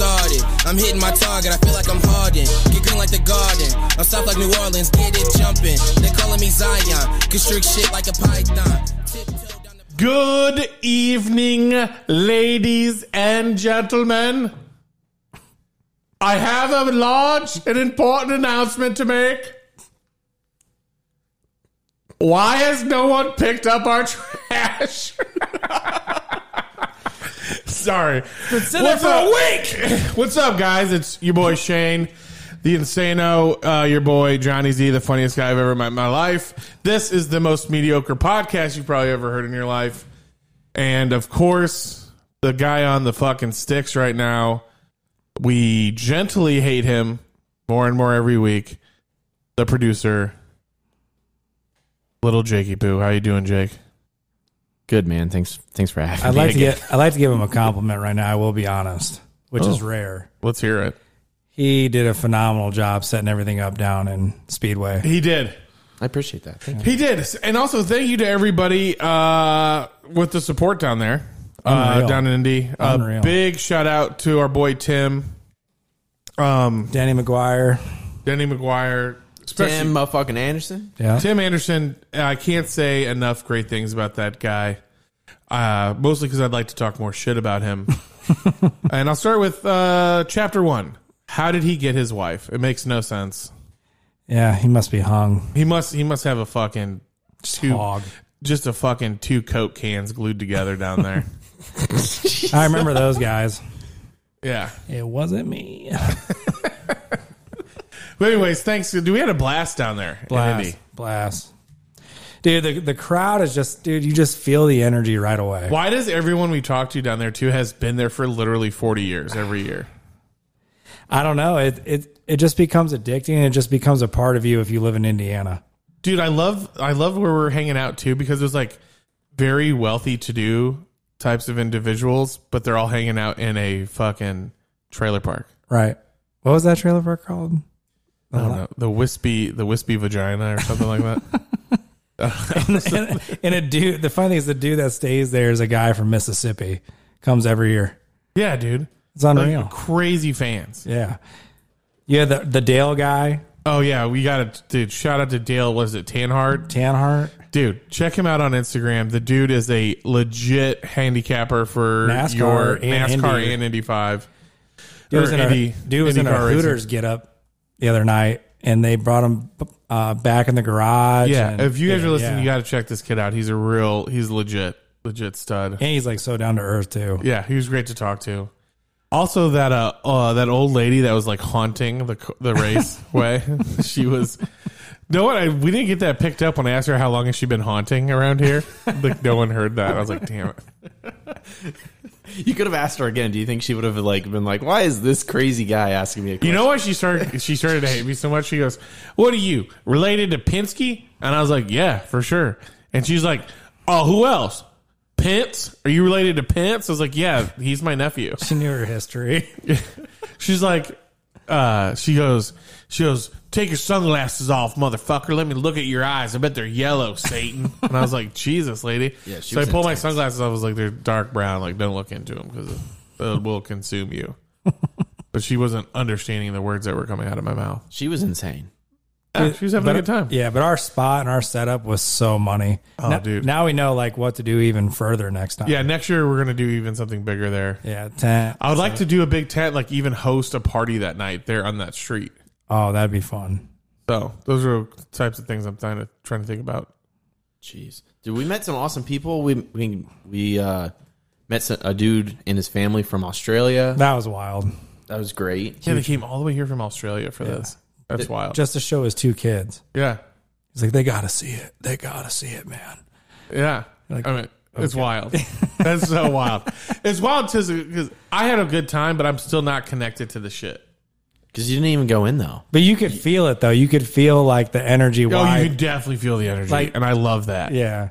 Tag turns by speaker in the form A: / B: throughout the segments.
A: I'm hitting my target, I feel like I'm Harden. Get green like the garden. I'm soft like New Orleans, get it jumping. They calling me Zion, constrict shit like a python. Tiptoe down the-
B: Good evening, ladies and gentlemen. I have a large and important announcement to make. Why has no one picked up our trash? Sorry. What's up? What's up, guys? It's your boy Shane, the Insano, uh, your boy Johnny Z, the funniest guy I've ever met in my life. This is the most mediocre podcast you've probably ever heard in your life. And of course, the guy on the fucking sticks right now, we gently hate him more and more every week. The producer, little Jakey Poo. How you doing, Jake?
C: Good man, thanks thanks for having
D: I'd
C: me.
D: like to get I'd like to give him a compliment right now, I will be honest, which is rare.
B: Let's hear it.
D: He did a phenomenal job setting everything up down in Speedway.
B: He did.
C: I appreciate that. Thank you.
B: He did, and also thank you to everybody uh, with the support down there, uh,
D: Unreal.
B: down in Indy. A
D: Unreal.
B: big shout out to our boy Tim, um,
D: Danny McGuire.
B: Denny McGuire, especially
C: Tim
B: Tim,
C: motherfucking Anderson.
D: Yeah.
B: Anderson. I can't say enough great things about that guy. Uh, mostly because I'd like to talk more shit about him. and I'll start with uh, chapter one. How did he get his wife? It makes no sense.
D: Yeah, he must be hung.
B: He must. He must have a fucking two,
D: Hog.
B: just a fucking two coke cans glued together down there.
D: I remember those guys.
B: Yeah.
D: It wasn't me.
B: But anyways, thanks. Dude, we had a blast down there. in
D: Blast.
B: Indy.
D: Blast. Dude, the, the crowd is just dude, you just feel the energy right away.
B: Why does everyone we talk to down there too has been there for literally forty years every year?
D: I don't know. It it it just becomes addicting and it just becomes a part of you if you live in Indiana.
B: Dude, I love I love where we're hanging out too because it was like very wealthy to do types of individuals, but they're all hanging out in a fucking trailer park.
D: Right. What was that trailer park called?
B: I
D: Uh-huh.
B: don't know. The wispy the wispy vagina or something like that.
D: and, and a dude. The funny thing is, the dude that stays there is a guy from Mississippi. Comes every year.
B: Yeah, dude.
D: It's unreal.
B: Like crazy fans.
D: yeah, yeah. The the Dale guy,
B: Oh yeah, we got to dude. Shout out to Dale. Was it Tanhart?
D: Tanhart,
B: Dude, check him out on Instagram. The dude is a legit handicapper for
D: NASCAR
B: your
D: and
B: NASCAR
D: Indy.
B: and Indy Five.
D: dude was
B: Or
D: in
B: Indy-
D: a dude was in a
B: IndyCar racing.
D: Hooters get up the other night, and they brought him uh, back in the garage.
B: Yeah,
D: and,
B: if you guys
D: yeah,
B: are listening,
D: yeah.
B: you got to check this kid out. He's a real, he's legit, legit stud.
D: and he's like so down to earth too.
B: Yeah, he was great to talk to. Also, that uh, uh that old lady that was like haunting the the race way. She was. No one. I, we didn't get that picked up when I asked her how long has she been haunting around here. Like no one heard that. I was like, damn it.
C: You could have asked her again. Do you think she would have like been like, "Why is this crazy guy asking me?" A
B: You
C: question?
B: know why she started? She started to hate me so much. She goes, "What are you related to Pinsky?" And I was like, "Yeah, for sure." And she's like, "Oh, who else? Pence? Are you related to Pence?" I was like, "Yeah, he's my nephew."
D: She knew her history.
B: She's like, uh, she goes, she goes, "Take your sunglasses off, motherfucker. Let me look at your eyes. I bet they're yellow, Satan." And I was like, "Jesus, lady."
C: Yeah, she
B: so I
C: was
B: pulled my
C: intense.
B: sunglasses off. I was like, "They're dark brown. Like, don't look into them because it will consume you." But she wasn't understanding the words that were coming out of my mouth.
C: she was insane.
B: Yeah, she was having a
D: But-
B: good time.
D: Yeah, but our spot and our setup was so money.
B: Oh,
D: now,
B: dude.
D: Now we know like what to do even further next time.
B: Yeah, next year we're gonna do even something bigger there.
D: yeah. Ten,
B: I would like to do a big tent, like even host a party that night there on that street.
D: oh, that'd be fun.
B: So those are types of things I'm trying to trying to think about.
C: Jeez, dude, we met some awesome people. We we we uh, met some, a dude and his family from Australia.
D: That was wild.
C: That was great.
B: Yeah, they came all the way here from Australia for this. That's wild.
D: Just to show his two kids.
B: yeah,
D: He's like, they gotta see it. They gotta see it, man.
B: yeah. I mean, it's wild. That's so wild. It's wild because I had a good time, but I'm still not connected to the shit.
C: Because you didn't even go in though.
D: But you could feel it though. You could feel like the energy.
B: Oh,
D: why-
B: you can definitely feel the energy,
D: Like-
B: and I love that.
D: yeah.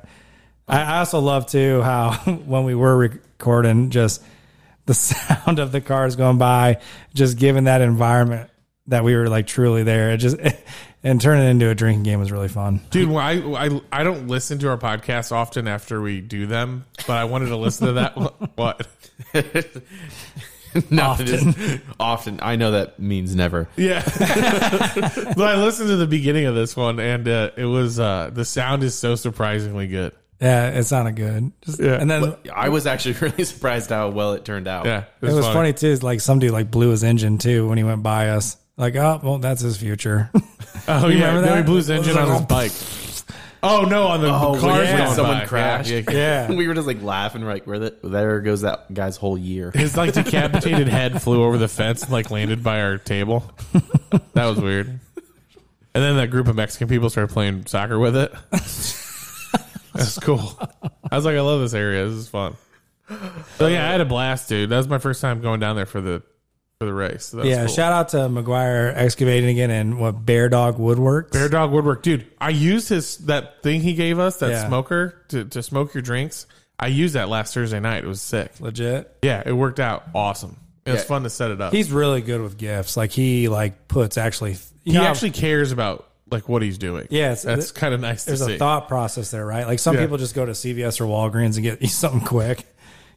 D: I, I also love too how when we were recording, just the sound of the cars going by, just given that environment that we were like truly there. It just and turning it into a drinking game was really fun.
B: Dude, when I, I I don't listen to our podcasts often after we do them, but I wanted to listen to that. one. What?
C: Not that it's- often. I know that means never.
B: Yeah. but I listened to the beginning of this one and uh, it was uh, the sound is so surprisingly good.
D: Yeah, it sounded good. Just-
B: Yeah.
D: And then
C: I was actually really surprised how well it turned out.
B: Yeah.
D: it was funny. too. is Like some dude like blew his engine too when he went by us. Like, oh well, that's his future.
B: Oh,
D: You
B: yeah.
D: remember
B: Remember
D: that?
B: he blew his
D: It was
B: engine on his
D: like,
B: bike. Oh, no, on the
C: Oh,
B: oh, car.
C: yeah.
B: Yeah.
C: when someone crashed.
B: Yeah. yeah.
D: yeah.
C: We were just like laughing, like, where the, there goes that guy's whole year.
B: His like decapitated head flew over the fence and like landed by our table. That was weird. And then that group of Mexican people started playing soccer with it. That's cool. I was like, I love this area. This is fun. So yeah, I had a blast, dude. That was my first time going down there for the for the race. So that was
D: Yeah.
B: cool.
D: Shout out to McGuire Excavating again and what Bear Dog Woodworks.
B: Bear Dog Woodwork, dude. I used his that thing he gave us, that
D: Yeah.
B: smoker to, to smoke your drinks. I used that last Thursday night. It was sick.
D: Legit.
B: Yeah, it worked out awesome. It was fun to set it up.
D: He's really good with gifts. Like he like puts actually.
B: he
D: you know,
B: actually cares about like what he's doing.
D: Yeah, it's-
B: that's kind of nice to
D: there's
B: see.
D: a thought process there, right? Like some
B: Yeah.
D: people just go to CVS or Walgreens and get something quick,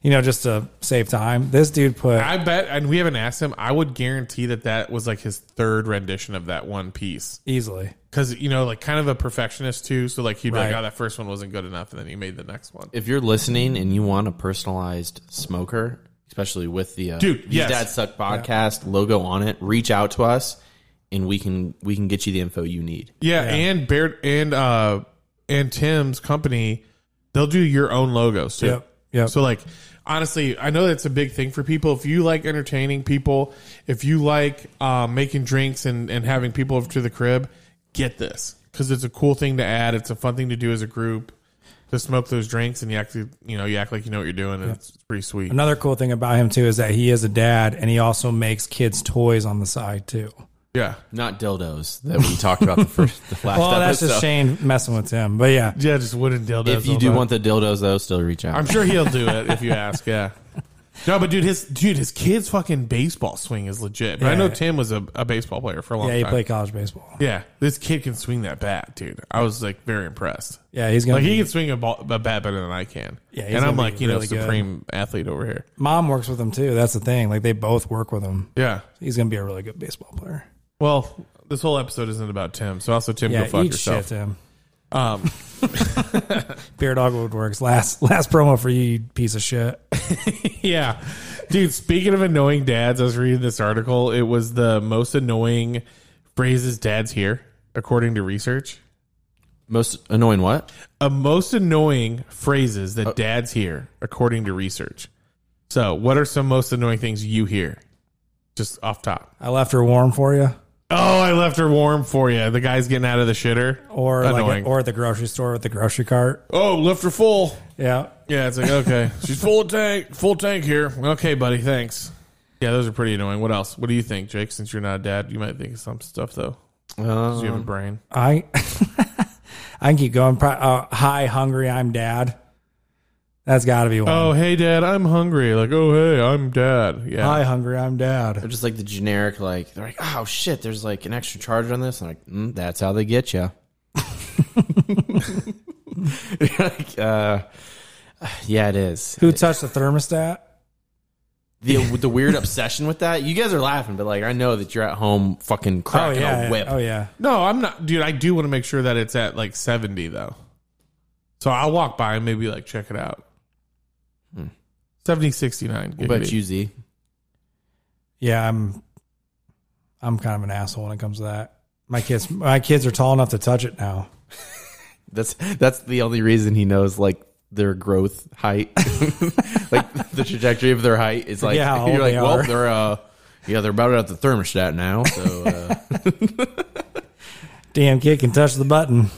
D: you know, just to save time. This dude put
B: I bet, and we haven't asked him. I would guarantee that that was like his third rendition of that one piece
D: easily.
B: because you know, like kind of a perfectionist too. So like he'd be
D: Right.
B: like, "Oh, that first one wasn't good enough," and then he made the next one.
C: If you're listening and you want a personalized smoker, especially with the uh,
B: Dude,
C: These
B: yes.
C: Dad Suck podcast logo on it, reach out to us and we can we can get you the info you need.
B: Yeah, and Bear and uh and Tim's company, they'll do your own logos too.
D: Yep, yep.
B: So like honestly, I know that's a big thing for people. If you like entertaining people, if you like um, making drinks and, and having people over to the crib, get this because it's a cool thing to add. It's a fun thing to do as a group to smoke those drinks and you actually you know you act like you know what you're doing and it's, it's pretty sweet.
D: Another cool thing about him too is that he is a dad and he also makes kids toys on the side too.
B: Yeah,
C: Not dildos that we talked about the first the last
B: Oh,
D: Well, that's
C: episode.
D: just Shane messing with him, but yeah,
B: yeah, just wooden dildos.
C: If you
B: all
C: do
B: that.
C: want the dildos though, still reach out.
B: I'm sure he'll do it if you ask. Yeah. No, but dude, his dude, his kid's fucking baseball swing is legit. But I know
D: Yeah.
B: Tim was a, a baseball player for a long
D: yeah, he
B: time.
D: played college baseball.
B: yeah, this kid can swing that bat, dude. I was like very impressed.
D: Yeah, he's gonna.
B: Like he
D: be-
B: can swing a, ball, a bat better than I can.
D: Yeah, he's
B: and I'm
D: gonna
B: like
D: be
B: you know
D: really good.
B: supreme athlete over here.
D: Mom works with him too. That's the thing. Like they both work with him.
B: Yeah.
D: He's gonna be a really good baseball player.
B: Well, this whole episode isn't about Tim, so also Tim,
D: Yeah,
B: go fuck
D: eat shit,
B: yourself.
D: Tim.
B: Um,
D: Beard Dog Woodworks. Last last promo for you, you piece of shit.
B: Yeah. Dude, speaking of annoying dads, I was reading this article. It was the most annoying phrases dads hear, according to research.
C: Most annoying what?
B: A most annoying phrases
D: Uh,
B: that dads hear, according to research. So, what are some most annoying things you hear? Just off top.
D: I left her warm for you.
B: Oh, I left her warm for you. The guy's getting out of the shitter.
D: or like
B: Annoying.
D: or at the grocery store with the grocery cart.
B: oh, left her full.
D: Yeah,
B: Yeah, it's like, okay. She's full of tank, full tank here. Okay, buddy, thanks. Yeah, those are pretty annoying. What else? What do you think, Jake? Since you're not a dad, you might think of some stuff though. 'cause
D: Um,
B: you have a brain.
D: I I can keep going. Pro- Uh, hi, hungry. I'm dad. That's got to be one.
B: Oh, hey, dad, I'm hungry. Like, oh, hey, I'm dad. Yeah.
D: hi, hungry. I'm dad.
C: They're just like the generic, like they're like, oh shit, there's like an extra charge on this. I'm like, mm, that's how they get you. like, uh, yeah, it is.
D: Who touched the thermostat?
C: The the weird obsession with that. You guys are laughing, but like I know that you're at home fucking
D: Oh
C: cracking
D: yeah.
C: a whip.
D: Oh yeah.
B: No, I'm not, dude. I do want to make sure that it's at like 70 though. So I'll walk by and maybe like check it out. Seventy sixty nine. 70, 69.
C: What about
B: giggity.
C: you, Z?
D: Yeah. I'm I'm kind of an asshole when it comes to that. My kids my kids are tall enough to touch it now.
C: That's that's the only reason he knows like their growth height, like the trajectory of their height is like
D: Yeah, how
C: you're
D: old
C: like,
D: they
C: well,
D: are."
C: they're uh, yeah, they're about at the thermostat now. So uh,
D: Damn kid can touch the button.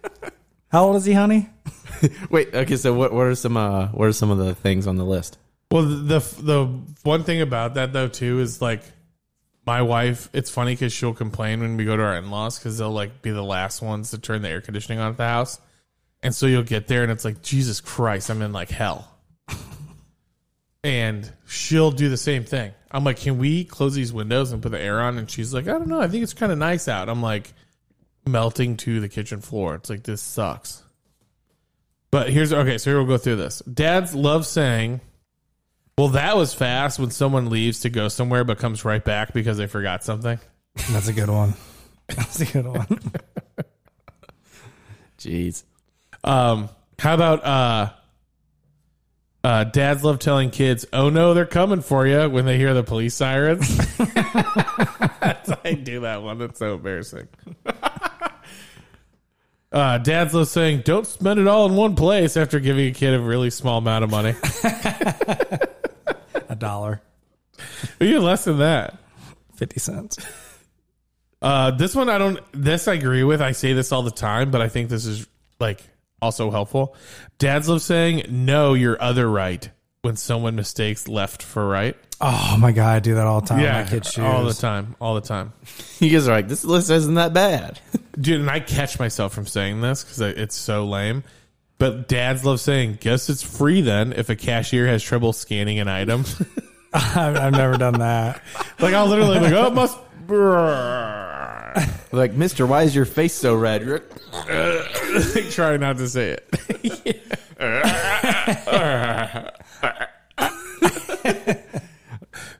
D: How old is he, honey?
C: wait, okay, so what what are some uh what are some of the things on the list?
B: Well, the the one thing about that though too is like my wife. It's funny because she'll complain when we go to our in laws because they'll like be the last ones to turn the air conditioning on at the house, and so you'll get there and it's like Jesus Christ, I'm in like hell. And she'll do the same thing. I'm like, can we close these windows and put the air on? And she's like, I don't know. I think it's kind of nice out. I'm like, melting to the kitchen floor. It's like, this sucks. But here's okay. So here we'll go through this. Dads love saying, Well, that was fast when someone leaves to go somewhere but comes right back because they forgot something.
D: That's a good one. That's a good one.
C: Jeez.
B: Um, how about uh, uh, dads love telling kids, "Oh no, they're coming for you" when they hear the police sirens. I do that one. That's so embarrassing. uh, dads love saying, "Don't spend it all in one place" after giving a kid a really small amount of money.
D: a dollar,
B: Even less than that.
D: fifty cents.
B: Uh, this one I don't. This I agree with. I say this all the time, but I think this is like also helpful. Dads love saying no, your other right when someone mistakes left for right.
D: Oh my god, I do that all the time. Yeah, my kids' shoes.
B: all the time, all the time,
C: You guys are like, this list isn't that bad.
B: dude. And I catch myself from saying this because it's so lame. But dads love saying, "Guess it's free then." If a cashier has trouble scanning an item,
D: I've, I've never done that.
B: like I'll literally like, "Oh, it must." brrr."
C: like, Mister, why is your face so red? You're like,
B: Like, Try not to say it.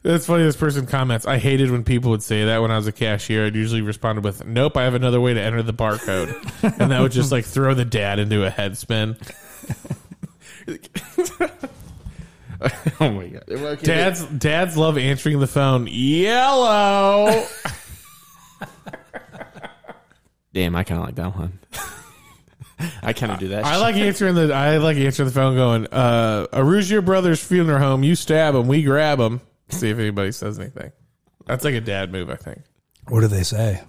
B: That's funny. This person comments, I hated when people would say that when I was a cashier. I'd usually responded with, Nope, I have another way to enter the barcode. and that would just like throw the dad into a head spin.
C: oh my god, Okay,
B: Dads dads love answering the phone yellow.
C: Damn, I kind of like that one. I kind of do that.
B: I
C: shit.
B: like answering the I like answering the phone going, uh Aruge your brother's funeral home, you stab him, we grab him. See if anybody says anything. That's like a dad move, I think.
D: What do they say?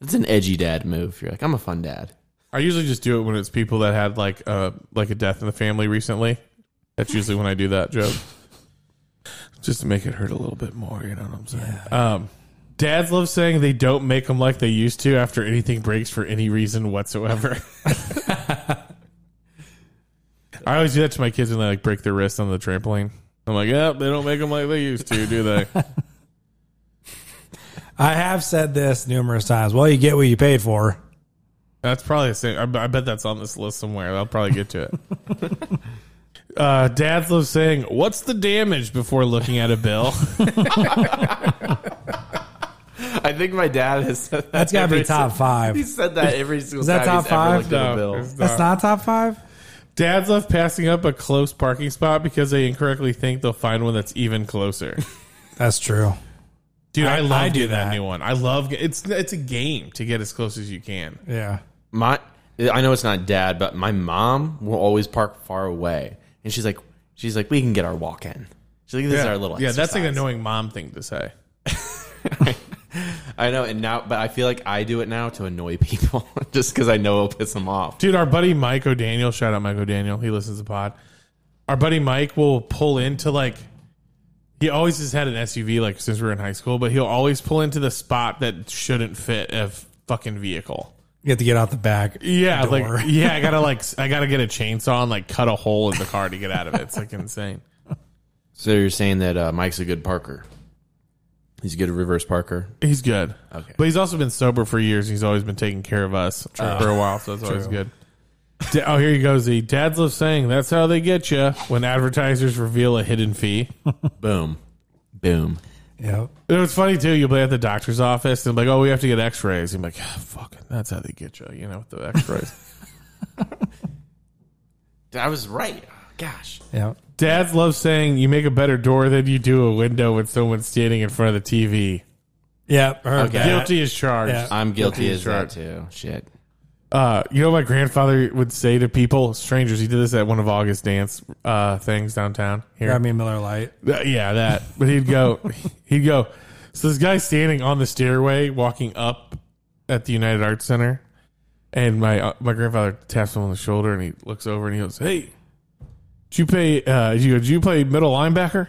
C: It's an edgy dad move. You're like, I'm a fun dad.
B: I usually just do it when it's people that had like uh like a death in the family recently. That's usually when I do that joke. Just to make it hurt a little bit more, you know what I'm saying? Um dads love saying they don't make them like they used to after anything breaks for any reason whatsoever. I always do that to my kids when they like break their wrists on the trampoline. I'm like, yeah, they don't make them like they used to, do they?
D: I have said this numerous times. Well, you get what you paid for.
B: That's probably the same. I, I bet that's on this list somewhere. I'll probably get to it. uh, dads love saying, "What's the damage?" before looking at a bill.
C: I think my dad has said that.
D: That's got to be
C: every
D: top
C: si-
D: five.
C: He said that every single
D: Is that
C: time
D: top
C: he's ever
D: five?
C: looked at a bill.
B: it's
D: That's not top five.
B: Dads love passing up a close parking spot because they incorrectly think they'll find one that's even closer.
D: That's true.
B: Dude, I,
D: I-
B: love
D: I do
B: doing that.
D: that.
B: new one. I love it's it's a game to get as close as you can.
D: Yeah.
C: my I know it's not dad, but my mom will always park far away, and she's like, she's like, we can get our walk in. She's like, this is our little
B: yeah, that's like an
C: exercise."
B: annoying mom thing to say.
C: I know, and now, but I feel like I do it now to annoy people, just because I know it'll piss them off.
B: Dude, our buddy Mike O'Daniel, shout out Mike O'Daniel. He listens to the pod. Our buddy Mike will pull into like he always has had an SUV like since we were in high school, but he'll always pull into the spot that shouldn't fit a fucking vehicle.
D: You have to get out the back.
B: Yeah,
D: door.
B: like yeah, I gotta like I gotta get a chainsaw and like cut a hole in the car to get out of it. It's like insane.
C: So you're saying that uh, Mike's a good parker? He's a good reverse parker.
B: He's good, okay. but he's also been sober for years. He's always been taking care of us for a while, so that's always good. Da- oh, here you go, Z. Dads love saying that's how they get you when advertisers reveal a hidden fee.
C: Boom, boom.
D: Yep.
B: It was funny too. You'll be at the doctor's office and like, oh, we have to get X-rays. I'm like, oh, fuck, that's how they get you, you know, with the X-rays.
C: I was right. Gosh,
D: Yep.
B: Dads love saying you make a better door than you do a window when someone's standing in front of the TV.
D: Yep. Heard
C: Okay.
D: that.
B: Guilty as charged.
D: Yeah.
C: I'm guilty
B: Guilty as
C: as that too. Shit.
B: Uh, you know, what my grandfather would say to people, strangers. He did this at one of August dance uh, things downtown here.
D: Grab me a Miller Light.
B: Uh, yeah, that. But he'd go, he'd go. So this guy's standing on the stairway, walking up at the United Arts Center, and my uh, my grandfather taps him on the shoulder, and he looks over and he goes, "Hey, did you play? Uh, did you go, did you play middle linebacker?"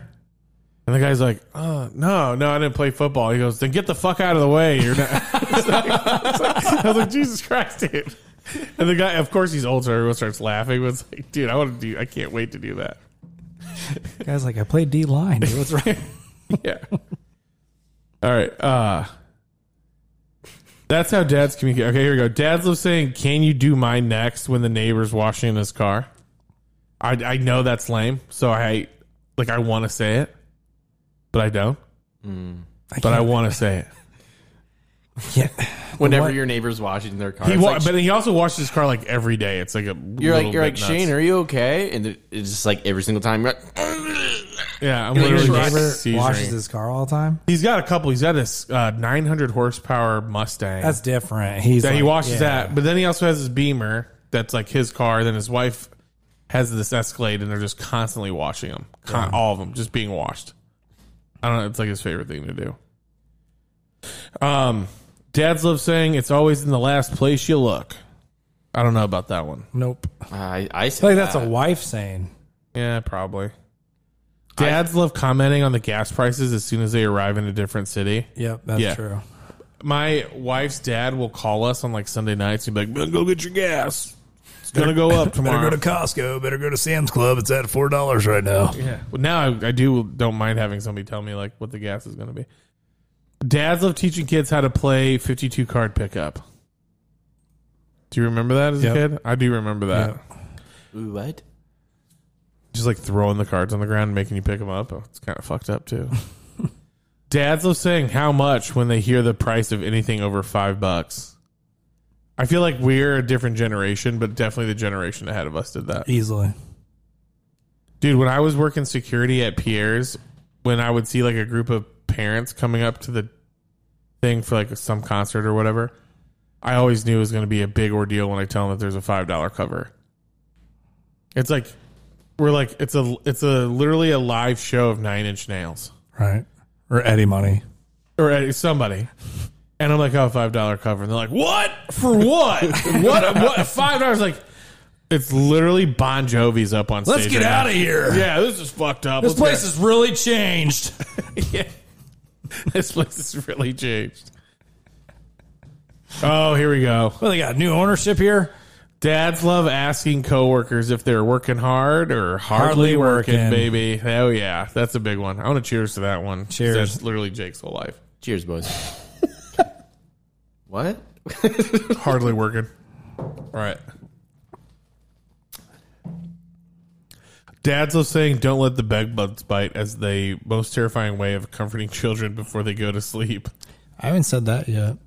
B: And the guy's like, "Uh, no, no, I didn't play football." He goes, "Then get the fuck out of the way." You're not. It's like- it's like- I was like, "Jesus Christ, dude!" And the guy, of course, he's old, so everyone starts laughing. But it's like, dude, I want to do. I can't wait to do that.
D: Guys, like I played D line. dude. What's right?
B: yeah. All right. Uh that's how dads communicate. Okay, here we go. Dads love saying, "Can you do mine next?" When the neighbor's washing in his car, I, I know that's lame. So I like I want to say it, but I don't.
C: Mm.
B: but I want to say it.
D: Yeah.
C: Whenever
D: What?
C: your neighbor's washing their car,
B: He
C: it's
B: wa-
C: like,
B: but he also washes his car like every day. It's like a
C: you're
B: little
C: like you're like
B: bit nuts.
C: Shane, are you okay? And it- it's just like "Uh, every single time you're like,
B: Yeah, I'm
C: Your
B: literally
D: Your
C: Right.
B: just
D: neighbor washes
B: seizuring.
D: his car all the time.
B: He's got a couple. He's got this uh, 900 horsepower Mustang
D: That's different. He's
B: that he
D: like-
B: washes
D: yeah.
B: that, but then he also has his Beamer that's like his car. Then his wife has this Escalade, and they're just constantly washing them, Con- all of them, just being washed. I don't know. It's like his favorite thing to do. Um, dads love saying it's always in the last place you look. I don't know about that one.
D: Nope.
C: I, I
D: I
C: say
D: feel like that's
C: that.
D: a wife saying.
B: Yeah, probably. Dads love commenting on the gas prices as soon as they arrive in a different city.
D: Yep, that's
B: Yeah.
D: true.
B: My wife's dad will call us on like Sunday nights. He'd be like, "Man, "Go get your gas. It's gonna go up tomorrow."
D: Costco. Better go to Sam's Club. It's at four dollars right now.
B: yeah. Well, now I, I do don't mind having somebody tell me like what the gas is gonna be. Dads love teaching kids how to play fifty-two card pickup. Do you remember that as
D: Yep.
B: a kid? I do remember that.
C: Ooh, what?
B: just like throwing the cards on the ground and making you pick them up. Oh, It's kind of fucked up too. Dads love saying how much when they hear the price of anything over five bucks. I feel like we're a different generation, but definitely the generation ahead of us did that.
D: Easily.
B: Dude, when I was working security at Pierre's, when I would see like a group of parents coming up to the thing for like some concert or whatever, I always knew it was going to be a big ordeal when I tell them that there's a five dollar cover. It's like we're like it's a it's a literally a live show of Nine Inch Nails
D: Right. Or Eddie money.
B: or uh, somebody. And I'm like, oh, five dollar cover, and they're like, what for what? what what five dollars? Like, it's literally Bon Jovi's up on stage. right now.
D: here.
B: Yeah, this is fucked up. Let's go.
D: has really changed.
B: yeah. This place has really changed. Oh, here we go.
D: Well, they got new ownership here.
B: Dads love asking coworkers if they're working hard or hardly,
D: Hardly
B: working,
D: working.
B: baby. Oh yeah, that's a big one. I want to cheers to that one. 'cause
D: Cheers.
B: That's literally Jake's whole life.
C: Cheers, boys. what?
B: hardly working. All right. Dads love saying "Don't let the bed bugs bite" as the most terrifying way of comforting children before they go to sleep.
D: I haven't said that yet.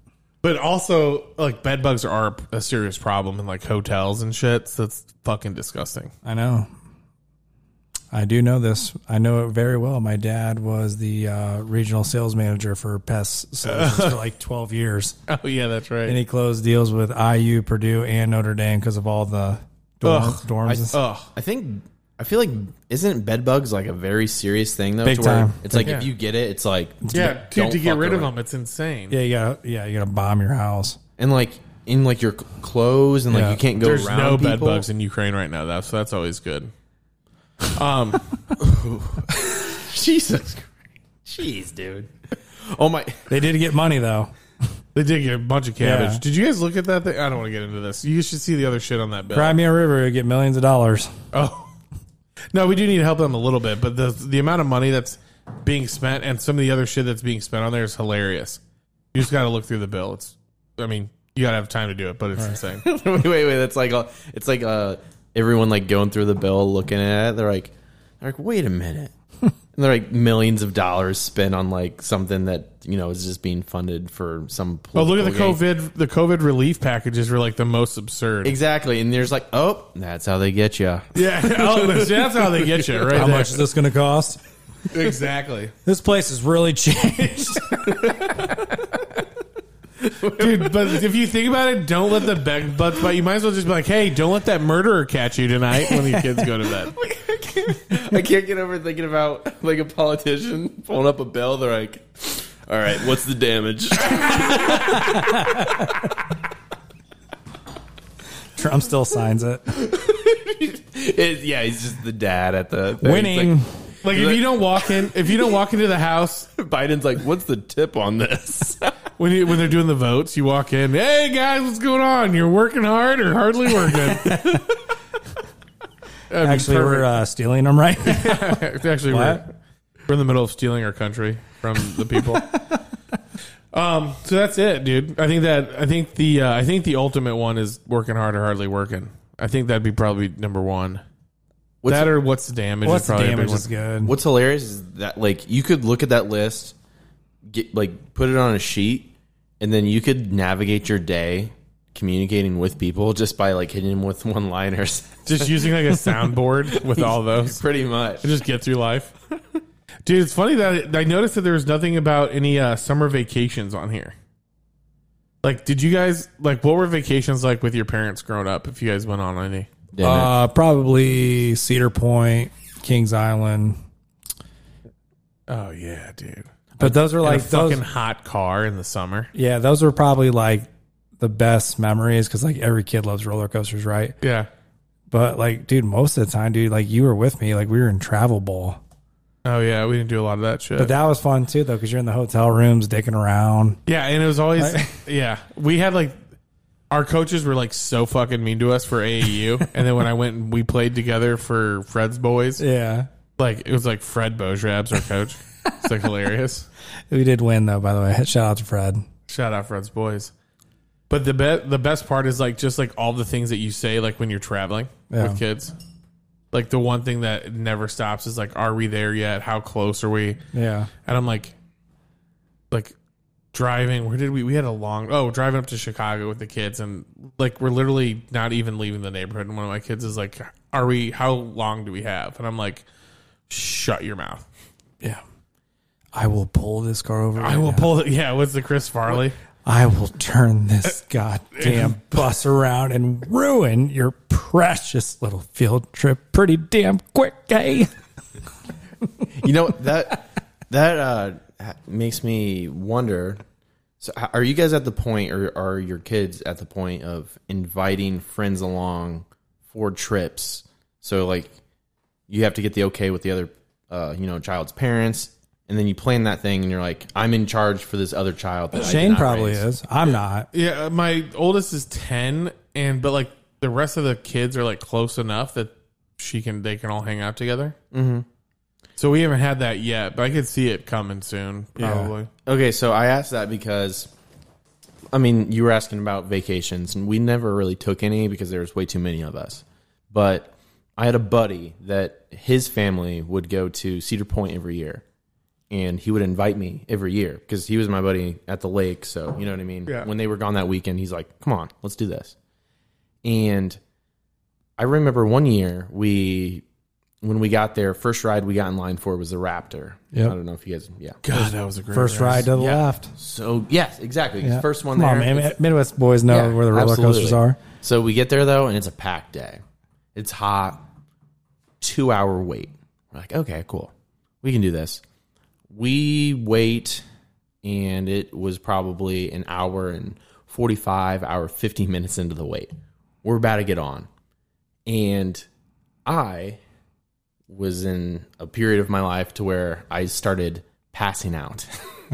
B: But also, like bed bugs are a serious problem in like hotels and shit. So that's fucking disgusting.
D: I know. I do know this. I know it very well. My dad was the uh, regional sales manager for Pest Solutions for like 12 years.
B: Oh yeah, that's
D: And
B: right.
D: he closed deals with IU, Purdue, and Notre Dame because of all the dorm,
B: Ugh.
D: dorms. and stuff.
B: Ugh.
C: I think I feel like isn't bed bugs like a very serious thing though?
D: Big
C: to where
D: time.
C: It's like
B: Yeah.
C: if you get it, it's like
B: Yeah, dude,
C: don't
B: to get
C: fuck
B: rid of
C: around.
B: them, it's insane.
D: yeah, you gotta, yeah, you gotta bomb your house.
C: and like in like your c- clothes and like
D: Yeah.
C: you can't go
B: There's
C: around.
B: no bed
C: people.
B: bugs in Ukraine right now, though, so that's always good. Um,
C: Jesus, Christ. jeez, dude. Oh my,
D: They did get money though.
B: they did get a bunch of cabbage.
D: Yeah.
B: Did you guys look at that thing? I don't want to get into this. You should see the other shit on that bill.
D: Crimea River would get millions of dollars.
B: Oh. No, we do need to help them a little bit, but the the amount of money that's being spent and some of the other shit that's being spent on there is hilarious. You just got to look through the bill. It's, I mean, you got to have time to do it, but it's insane.
C: wait, wait, wait. That's like a, it's like uh everyone like going through the bill, looking at it. They're like, they're like, wait a minute. and they're like millions of dollars spent on like something that you know is just being funded for some.
B: Oh, look at the
C: political gain.
B: COVID. The COVID relief packages were like the most absurd.
C: Exactly, and there's like, oh, that's how they get you.
B: Yeah, oh, that's how they get you, right?
D: How
B: there.
D: much is this gonna cost?
B: Exactly,
D: This place has really changed.
B: dude. But if you think about it, don't let the bed bugs bite. You might as well just be like, "Hey, don't let that murderer catch you tonight." When the kids go to bed,
C: I can't get over thinking about like a politician pulling up a bill. They're like, all right, what's the damage?
D: Trump still signs it.
C: It- yeah, he's just the dad at the thing. It's
D: Winning.
B: like if you don't walk in, if you don't walk into the house
C: like- Biden's like, what's the tip on this?
B: when you, when they're doing the votes, you walk in. Hey guys, what's going on? You're working hard or hardly working?
D: Actually, we're uh, stealing them right. now.
B: we're actually we're,
D: What?
B: we're in the middle of stealing our country from the people. um, so that's it, dude. I think that I think the uh, I think the ultimate one is working hard or hardly working. I think that'd be probably number one.
C: What's-
B: that or what's the damage?
D: What's
B: is
D: the
B: probably a big
D: damage
B: one.
D: is good.
C: What's hilarious is that like you could look at that list, get like put it on a sheet, and then you could navigate your day communicating with people just by like hitting them with one liners.
B: Just using like a soundboard with all those.
C: Pretty much.
B: and just get through life. Dude, it's funny that I I noticed that there was nothing about any uh, summer vacations on here. Like, did you guys like what were vacations like with your parents growing up? If you guys went on any,
C: Yeah, man.
D: Uh, probably Cedar Point, Kings Island.
B: oh yeah, dude,
D: But those are
B: like
D: like
B: a
D: those,
B: fucking hot car in the summer.
D: yeah, those were probably like the best memories because like every kid loves roller coasters, right?
B: Yeah.
D: But like, dude, most of the time, dude, like you were with me, like we were in travel bowl.
B: Oh yeah, we didn't do a lot of that shit.
D: But that was fun too, though, because you're in the hotel rooms dicking around.
B: yeah, and it was always
D: I-
B: yeah. We had like our coaches were like so fucking mean to us for AAU, and then when I went and we played together for Fred's boys,
D: Yeah,
B: like it was like Fred Bojrab's our coach. it's like hilarious.
D: we did win though. By the way, shout out to Fred.
B: Shout out Fred's boys. But the be- the best part is like just like all the things that you say like when you're traveling
D: Yeah.
B: with kids. Like the one thing that never stops is like, are we there yet? How close are we?
D: Yeah,
B: And I'm like, like driving. Where did we? We had a long oh driving up to Chicago with the kids, and like we're literally not even leaving the neighborhood. And one of my kids is like, "Are we? How long do we have?" And I'm like, "Shut your mouth."
D: yeah. I will pull this car over.
B: I will pull it. Yeah, what's the Chris Farley?
D: I will turn this goddamn bus around and ruin your precious little field trip pretty damn quick, eh?
C: you know that that uh, ha- makes me wonder. So, h- are you guys at the point, or are your kids at the point of inviting friends along for trips? So, like, you have to get the okay with the other, uh, you know, child's parents, and then you plan that thing, and you're like, I'm in charge for this other child. That I did
D: Shane
C: not
D: probably
C: raise.
D: is. I'm not.
B: Yeah, uh, my oldest is ten, and but like the rest of the kids are like close enough that she can they can all hang out together. Mm-hmm. So we haven't had that yet, but I could see it coming soon. Probably.
C: Okay, so I asked that because, I mean, you were asking about vacations, and we never really took any because there was way too many of us. But I had a buddy that his family would go to Cedar Point every year, and he would invite me every year because he was my buddy at the lake. So you know what I mean.
B: Yeah.
C: When they were gone that weekend, he's like, "Come on, let's do this." And I remember one year we, when we got there, first ride we got in line for was the Raptor.
D: Yep.
C: I don't know if you guys, yeah.
B: God, that was a great
D: First ride to the
C: Yeah.
D: left.
C: So yes, exactly.
D: Yeah.
C: First one
D: Come
C: there.
D: on, man.
C: It's-
D: Midwest boys know
C: yeah,
D: where the roller
C: absolutely.
D: coasters are.
C: So we get there though, and it's a packed day. It's hot. Two hour wait. We're like, okay, cool. We can do this. We wait, and it was probably an hour and forty five, hour fifty minutes into the wait. We're about to get on, and I was in a period of my life to where I started passing out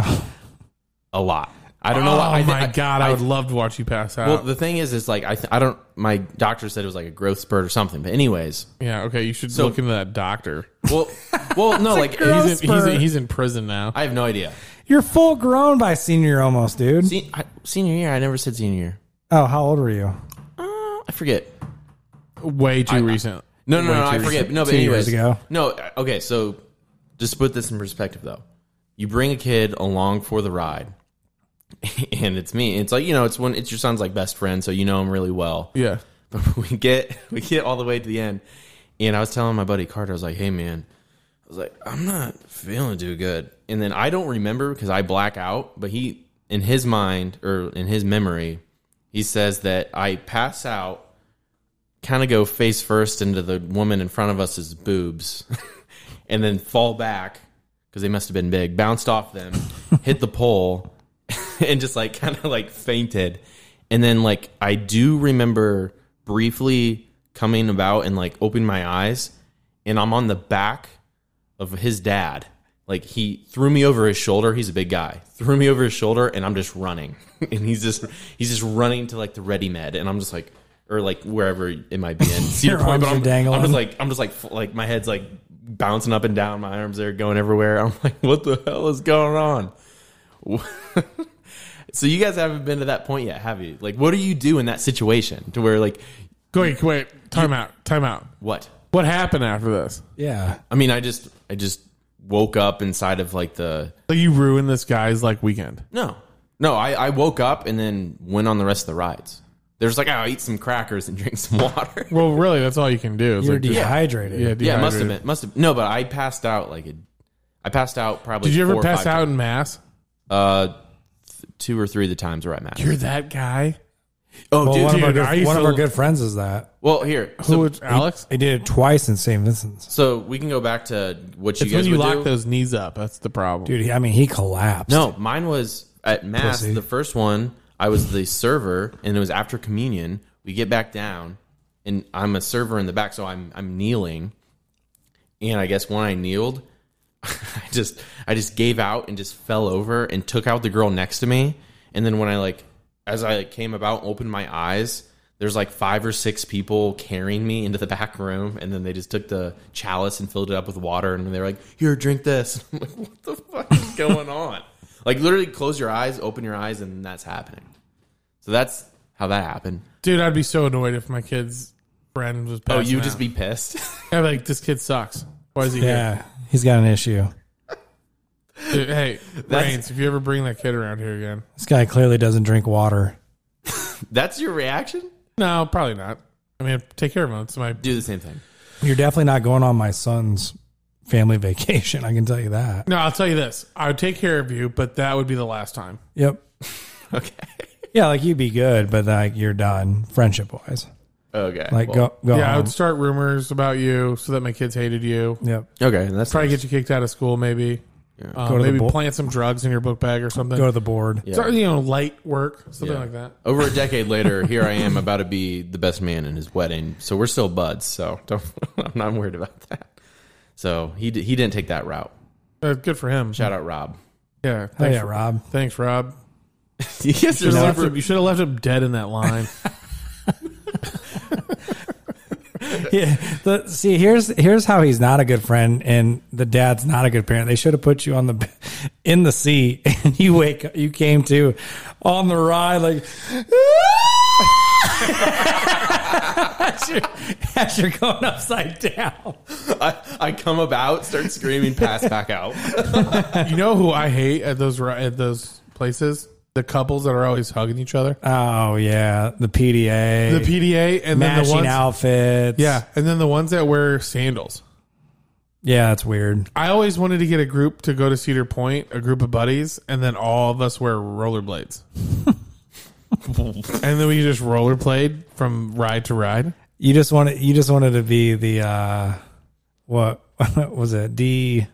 C: a lot. I don't know.
B: Oh
C: why- I-
B: my
C: I-
B: god, I, would love to watch you pass out.
C: well, the thing is, is like I, th- I don't. My doctor said it was like a growth spurt or something. But anyways,
B: yeah, okay, you should look into that doctor.
C: well, well, no, like
B: He's in,
C: he's,
B: he's, in, he's in prison now.
C: I have no idea.
D: You're full grown by senior year almost, dude.
C: Se- I, senior year, I never said senior year.
D: oh, how old were you?
C: Uh, I forget.
B: Way too recent.
C: No, no,
B: Way
C: no,
B: too
C: I
B: recent.
C: forget. No, but
D: Two
C: anyways,
D: years ago.
C: no. uh, Okay, so just to put this in perspective, though. You bring a kid along for the ride, and it's me. It's like you know, it's when it's your son's like best friend, so you know him really well.
B: Yeah.
C: But we get we get all the way to the end, and I was telling my buddy Carter, I was like, "Hey, man," I was like, "I'm not feeling too good." And then I don't remember because I black out. But he, in his mind or in his memory, he says that I pass out, kind of go face first into the woman in front of us's boobs, and then fall back because they must have been big. Bounced off them, hit the pole, and just like kind of like fainted. And then like I do remember briefly coming about and like opening my eyes, and I'm on the back of his dad. Like he threw me over his shoulder. He's a big guy. Threw me over his shoulder, and I'm just running. and he's just he's just running to like the ready med, and I'm just like, or like wherever it might be in Cedar
D: Your arms
C: Point. But
D: are
C: I'm,
D: dangling.
C: I'm just like I'm just like f- like my head's like bouncing up and down. My arms are going everywhere. I'm like, what the hell is going on? so you guys haven't been to that point yet, have you? Like, what do you do in that situation to where like
B: Wait, wait, time out, time out.
C: what?
B: What happened after this?
D: Yeah.
C: I mean, I just I just woke up inside of like the
B: Like you ruined this guy's like weekend.
C: no no. I I woke up and then went on the rest of the rides. There's like oh, I eat some crackers and drink some water.
B: Well, really, that's all you can do. It's
D: You're
B: like just-
D: dehydrated.
B: yeah,
C: yeah, it must have
B: dehydrated.
C: been must have no, but I passed out like a, I passed out probably.
B: Did you
C: four
B: ever
C: or
B: pass
C: five
B: out
C: times.
B: in mass?
C: Uh, th- two or three of the times where I'm at.
B: You're that guy.
C: Oh,
D: Well, one,
C: dude.
D: of, our
B: dude, I
D: good,
B: used
D: one of
B: to-
D: our good friends is that.
C: Well, here.
B: Who?
C: So,
B: is- Alex?
D: He did it twice in St. Vincent's.
C: so we can go back to what you
B: It's
C: guys
B: when you
C: would
B: lock
C: do.
B: those knees up. That's the problem.
D: Dude, he- I mean, he collapsed.
C: No, mine was at mass.
D: Pussy.
C: The first one, I was the server, and it was after communion. We get back down, and I'm a server in the back, so I'm I'm kneeling, and I guess when I kneeled, I just I just gave out and just fell over and took out the girl next to me, and then when I like as I like, came about, opened my eyes. There's like five or six people carrying me into the back room, and then they just took the chalice and filled it up with water, and they were like, "Here, drink this." I'm like, "What the fuck is going on?" Like literally, close your eyes, open your eyes, and that's happening. So that's how that happened.
B: Dude, I'd be so annoyed if my kid's friend was.
C: Oh,
B: passing
C: you
B: out.
C: just be pissed.
B: I'd be like this kid sucks. Why is he
D: Yeah. He's got an issue.
B: here? Dude, hey, Reigns, if you ever bring that kid around here again,
D: This guy clearly doesn't drink water.
C: that's your reaction.
B: no, probably not. I mean, take care of him. It's my
C: Do the same thing.
D: You're definitely not going on my son's family vacation. I can tell you that.
B: No, I'll tell you this. I would take care of you, but that would be the last time.
D: Yep.
C: Okay.
D: Yeah, like you'd be good, but like you're done friendship wise.
C: Okay.
D: Like
C: well,
D: go go.
B: Yeah, I
D: home.
B: would start rumors about you so that my kids hated you.
D: Yep.
C: Okay, that's
B: Probably get you kicked out of school, maybe. Um,
D: Go to the
B: maybe
D: bo-
B: plant some drugs in your book bag or something.
D: Go to the board.
C: Yeah.
B: Start, you know, light work, something
C: Yeah.
B: like that.
C: Over a decade later, here I am about to be the best man in his wedding. So we're still buds. So don't, I'm not worried about that. So he di- he didn't take that route.
B: Uh, good for him.
C: Shout out Rob.
B: Yeah.
D: Hell
B: Thanks,
D: Oh, yeah, Rob.
B: thanks Rob.
C: You guys are
B: You left
C: super-
B: him- you should have left him dead in that line.
D: Yeah. The, see, here's here's how he's not a good friend, and the dad's not a good parent. They should have put you on the in the seat, and you wake up, you came to on the ride like. as, you're, as you're going upside down.
C: I, I come about, start screaming, pass back out.
B: you know who I hate at those ri- at those places? The couples that are always hugging each other.
D: Oh yeah, the PDA,
B: The PDA and then the
D: matching
B: ones.
D: outfits.
B: Yeah, and then the ones that wear sandals.
D: yeah, that's weird.
B: I always wanted to get a group to go to Cedar Point, a group of buddies, and then all of us wear rollerblades. and then we just rollerblade from ride to ride.
D: You just wanted you just wanted to be the uh, what was it? D,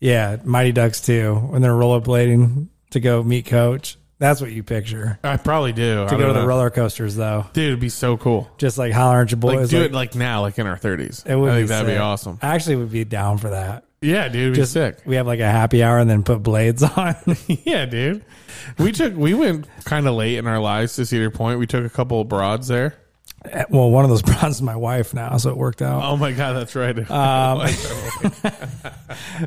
D: yeah, Mighty Ducks too. When they're rollerblading to go meet Coach, that's what you picture.
B: I probably do.
D: To go to the roller coasters though,
B: Dude, it'd be so cool.
D: just like holler at your
B: Like,
D: boys.
B: do
D: like,
B: it like now, like in our 30s.
D: it would
B: I think that'd be
D: sick.
B: awesome.
D: I actually would be down for that.
B: Yeah, dude, it'd be sick.
D: We have like a happy hour and then put blades on.
B: Yeah, dude. We took we went kind of late in our lives to Cedar Point. We took a couple of broads there.
D: well, one of those bronze is my wife now, so it worked out.
B: Oh my god, that's right.
D: Um,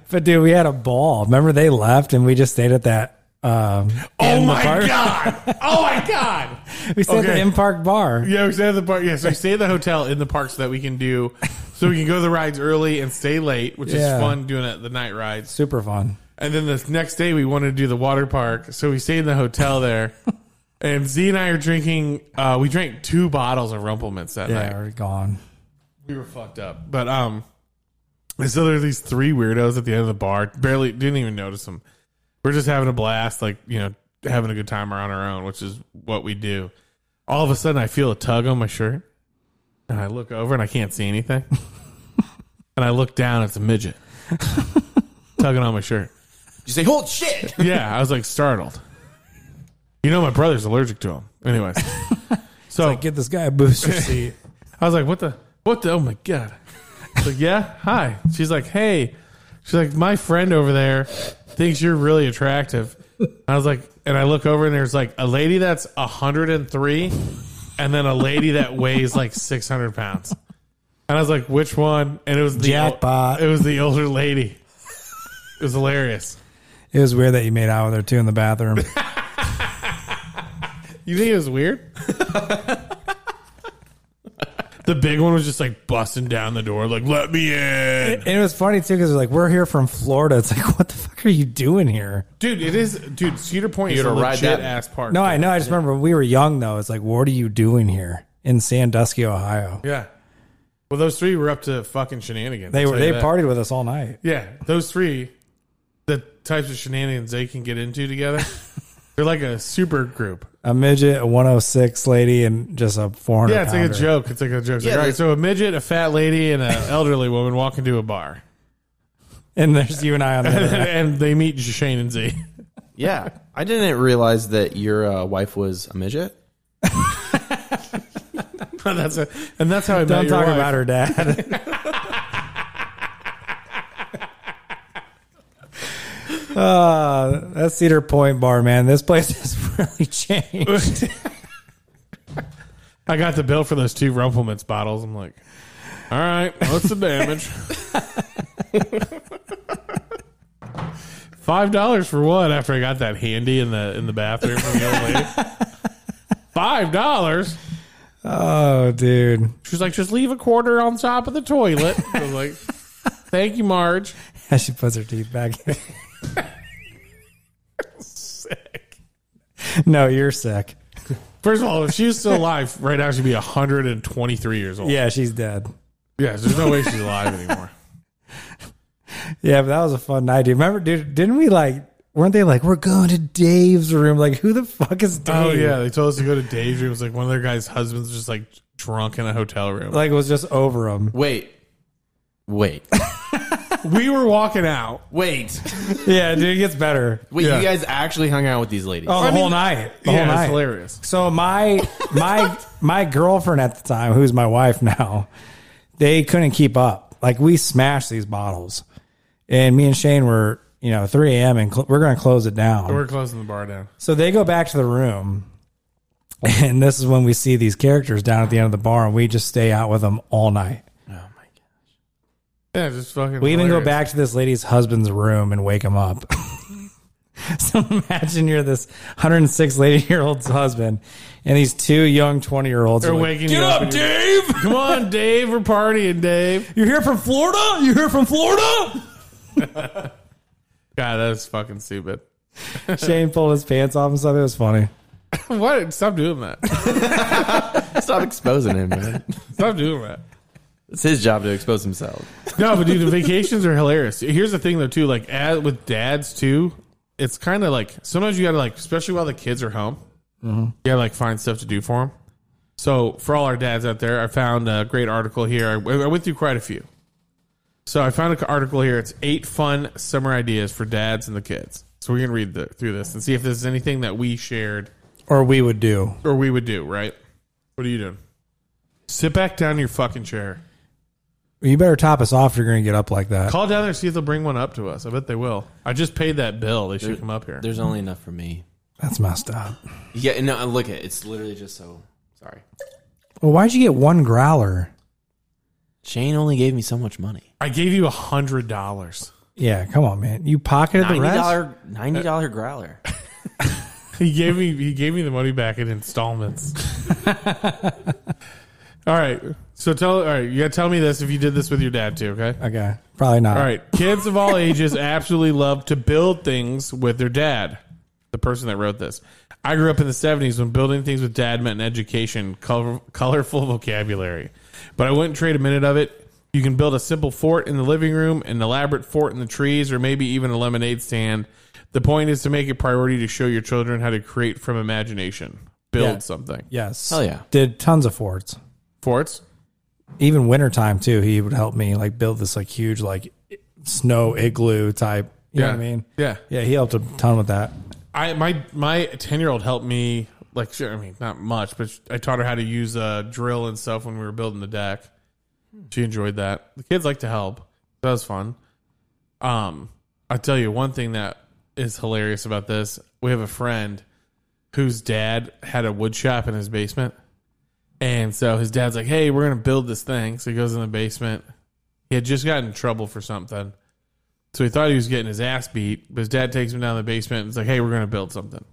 D: But dude, we had a ball. Remember they left and we just stayed at that. Um,
B: oh
D: in the
B: my
D: park.
B: god. Oh my god.
D: We stayed at
B: Okay.
D: the in park bar.
B: Yeah, we stay at the park. Yeah, so we stay at the hotel in the park so that we can do, so we can go to the rides early and stay late, which
D: Yeah.
B: is fun doing it the night rides.
D: Super fun.
B: And then the next day we wanted to do the water park, so we stayed in the hotel there. and Z and I are drinking. Uh, we drank two bottles of Rumplements that
D: Yeah,
B: night.
D: we're gone.
B: We were fucked up, but um, and so there's these three weirdos at the end of the bar. Barely didn't even notice them. We're just having a blast, like you know, having a good time around our own, which is what we do. All of a sudden, I feel a tug on my shirt, and I look over and I can't see anything. and I look down, it's a midget tugging on my shirt.
C: You say, hold shit.
B: Yeah, I was like startled. You know, my brother's allergic to him. Anyways, so
D: Like, get this guy a booster seat.
B: I was like, what the, what the, oh my God. I was like, yeah, hi. She's like, hey. She's like, my friend over there thinks you're really attractive. I was like, and I look over and there's like a lady that's 103 and then a lady that weighs like 600 pounds. And I was like, which one? And it was the,
D: Jackpot.
B: it was the older lady. It was hilarious.
D: It was weird that you made out with her too in the bathroom.
B: You think it was weird? The big one was just like busting down the door, like "Let me in,
D: And it was funny too because like we're here from Florida. It's like, what the fuck are you doing here?
B: dude." It is, dude. Cedar Point
C: You
B: is a
C: gotta ride
B: legit
C: that-
B: ass park.
D: No, I know. I just remember when we were young though. It's like, what are you doing here in Sandusky, Ohio?
B: Yeah. Well, those three were up to fucking shenanigans.
D: They
B: I'll
D: were
B: tell you
D: they
B: that.
D: partied with us all night.
B: Yeah, those three, the types of shenanigans they can get into together. They're like a super group.
D: A midget, a 106 lady, and just a 400.
B: Yeah, it's like a
D: pounder.
B: joke. It's like a joke. It's like,
C: Yeah,
B: all
C: they-
B: right, so a midget, a fat lady, and an elderly woman walk into a bar,
D: And there's you and I on the other.
B: and they meet Shane and Z.
C: Yeah, I didn't realize that your uh, wife was a midget.
B: that's a, and that's how I met
D: Don't
B: your
D: talk
B: wife.
D: about her dad. uh, that's Cedar Point Bar, man. This place has really changed.
B: I got the bill for those two Rumplements bottles. I'm like, all right, what's the damage? Five dollars for what? After I got that handy in the in the bathroom from the old lady. Five dollars.
D: Oh, dude.
B: She's like, just leave a quarter on top of the toilet. I was like, thank you, Marge.
D: As she puts her teeth back in. No, you're sick.
B: First of all, if she was still alive right now, she'd be 123 years old.
D: Yeah, she's dead.
B: Yes, there's no way she's alive anymore.
D: Yeah, but that was a fun night, dude. Remember, dude, didn't we like, weren't they like, we're going to Dave's room? Like, who the fuck is Dave?
B: Oh yeah, they told us to go to Dave's room. It was like one of their guys' husbands just like drunk in a hotel room.
D: Like, it was just over him.
C: Wait, wait,
B: we were walking out.
C: wait,
D: Yeah, dude, it gets better.
C: wait!
B: Yeah.
C: You guys actually hung out with these ladies?
D: Oh, the whole night. The
B: yeah,
D: whole
B: it's
D: night.
B: hilarious.
D: So my my my girlfriend at the time, who's my wife now, they couldn't keep up. Like we smashed these bottles, and me and Shane were you know 3 a.m. and cl- we're going to close it down.
B: We're closing the bar down.
D: So they go back to the room, and this is when we see these characters down at the end of the bar, and we just stay out with them all night.
B: Yeah, just fucking.
D: We even go
B: hilarious.
D: back to this lady's husband's room and wake him up. so imagine you're this 106 lady year old's husband, and these two young 20 year olds
B: They're
D: are like,
B: waking you up. Dave. Come on, Dave. We're partying, Dave.
D: You're here from Florida? You're here from Florida?
B: God, that is fucking stupid.
D: Shane pulled his pants off and stuff. It was funny.
B: What? Stop doing that.
C: Stop exposing him, man.
B: Stop doing that.
C: It's his job to expose himself.
B: No, but dude, the vacations are hilarious. Here's the thing though, too. Like as, with dads too, it's kind of like sometimes you gotta like, especially while the kids are home, you gotta like find stuff to do for them. So for all our dads out there, I found a great article here. I, I went through quite a few. So I found an article here. It's eight fun summer ideas for dads and the kids. So we're gonna read the, through this and see if there's anything that we shared
D: Or we would do.
B: or we would do. Right? What are you doing? Sit back down in your fucking chair.
D: You better top us off if you're going to get up like that.
B: Call down there and see if they'll bring one up to us. I bet they will. I just paid that bill. They should come up here.
C: There's only enough for me.
D: That's messed up.
C: Yeah, no. uh, Look at it's literally just so. Sorry,
D: Well, why'd you get one growler?
C: Shane only gave me so much money.
B: I gave you a hundred dollars.
D: Yeah, come on, man. You pocketed the
C: Ninety
D: rest?
C: dollar, ninety dollar growler.
B: He gave me he gave me the money back in installments. all right. So tell all right, you gotta tell me this if you did this with your dad too, okay?
D: Okay, probably not.
B: All right. Kids of all ages absolutely love to build things with their dad. The person that wrote this. I grew up in the 70s when building things with dad meant an education, color, colorful vocabulary. But I wouldn't trade a minute of it. You can build a simple fort in the living room, an elaborate fort in the trees, or maybe even a lemonade stand. The point is to make it priority to show your children how to create from imagination, build
D: Yeah.
B: something.
D: Yes.
C: Hell yeah.
D: Did tons of forts.
B: Forts?
D: Even wintertime, too. He would help me like build this like huge like snow igloo type. You know what I mean?
B: Yeah.
D: Yeah, he helped a ton with that.
B: I my my ten year old helped me like sure I mean not much, but I taught her how to use a drill and stuff when we were building the deck. She enjoyed that. The kids like to help. That was fun. Um, I tell you one thing that is hilarious about this. We have a friend whose dad had a wood shop in his basement, and so his dad's like, "Hey, we're gonna build this thing." So he goes in the basement. He had just gotten in trouble for something. So he thought he was getting his ass beat, but his dad takes him down to the basement and is like, hey, we're going to build something.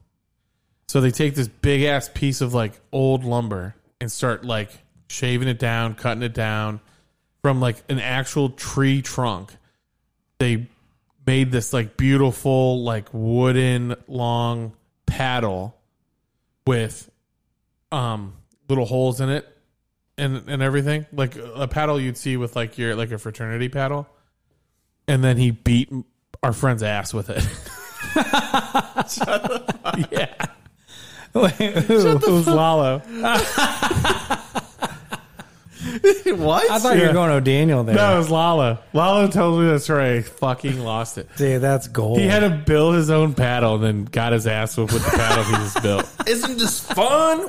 B: So they take this big ass piece of like old lumber and start like shaving it down, cutting it down from like an actual tree trunk. They made this like beautiful, like wooden long paddle with um little holes in it and and everything like a paddle you'd see with like your like a fraternity paddle and then he beat our friend's ass with it yeah
D: Who's Lalo?
C: what?
D: I thought you were going O'Daniel there.
B: that was lala lala told me that's right I fucking lost it
D: Dude, that's gold.
B: he had to build his own paddle and then got his ass whipped with the paddle he just built
C: Isn't this fun?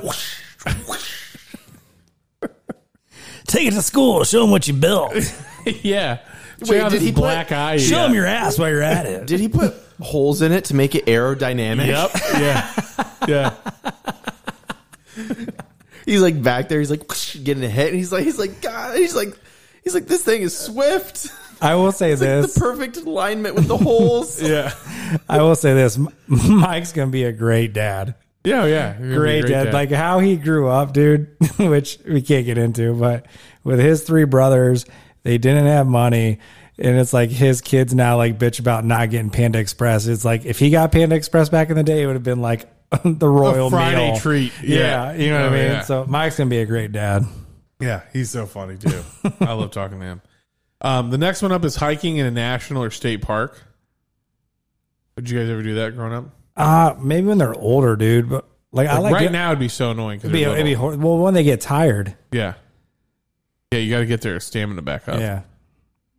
D: Take it to school. Show him what you built.
B: yeah
C: Wait,
B: out
C: did
B: this
C: he play-
B: black eye
D: Show
B: yeah.
D: him your ass while you're at it.
C: Did he put holes in it to make it aerodynamic?
B: yep yeah yeah
C: He's like back there. He's like getting a hit, and he's like, he's like, God, he's like, he's like, this thing is swift.
D: I will say
C: It's
D: this.
C: the perfect alignment with the holes.
B: yeah
D: I will say this. M- Mike's gonna be a great dad.
B: yeah yeah You're gonna be a
D: Great, dad. Like how he grew up, dude. which we can't get into, but with his three brothers, they didn't have money, and it's like his kids now like bitch about not getting Panda Express. It's like if he got Panda Express back in the day, it would have been like the royal
B: Friday
D: meal.
B: treat.
D: Yeah.
B: Yeah.
D: you know what
B: Oh,
D: I mean.
B: yeah.
D: So Mike's gonna be a great dad.
B: Yeah, he's so funny too. I love talking to him. Um, the next one up is hiking in a national or state park. Would you guys ever do that growing up?
D: Uh maybe when they're older, dude. But like, I like
B: right
D: get-
B: now, it'd be so annoying because
D: It'd be, it'd be hor- well when they get tired.
B: yeah, yeah. You got to get their stamina back up.
D: Yeah.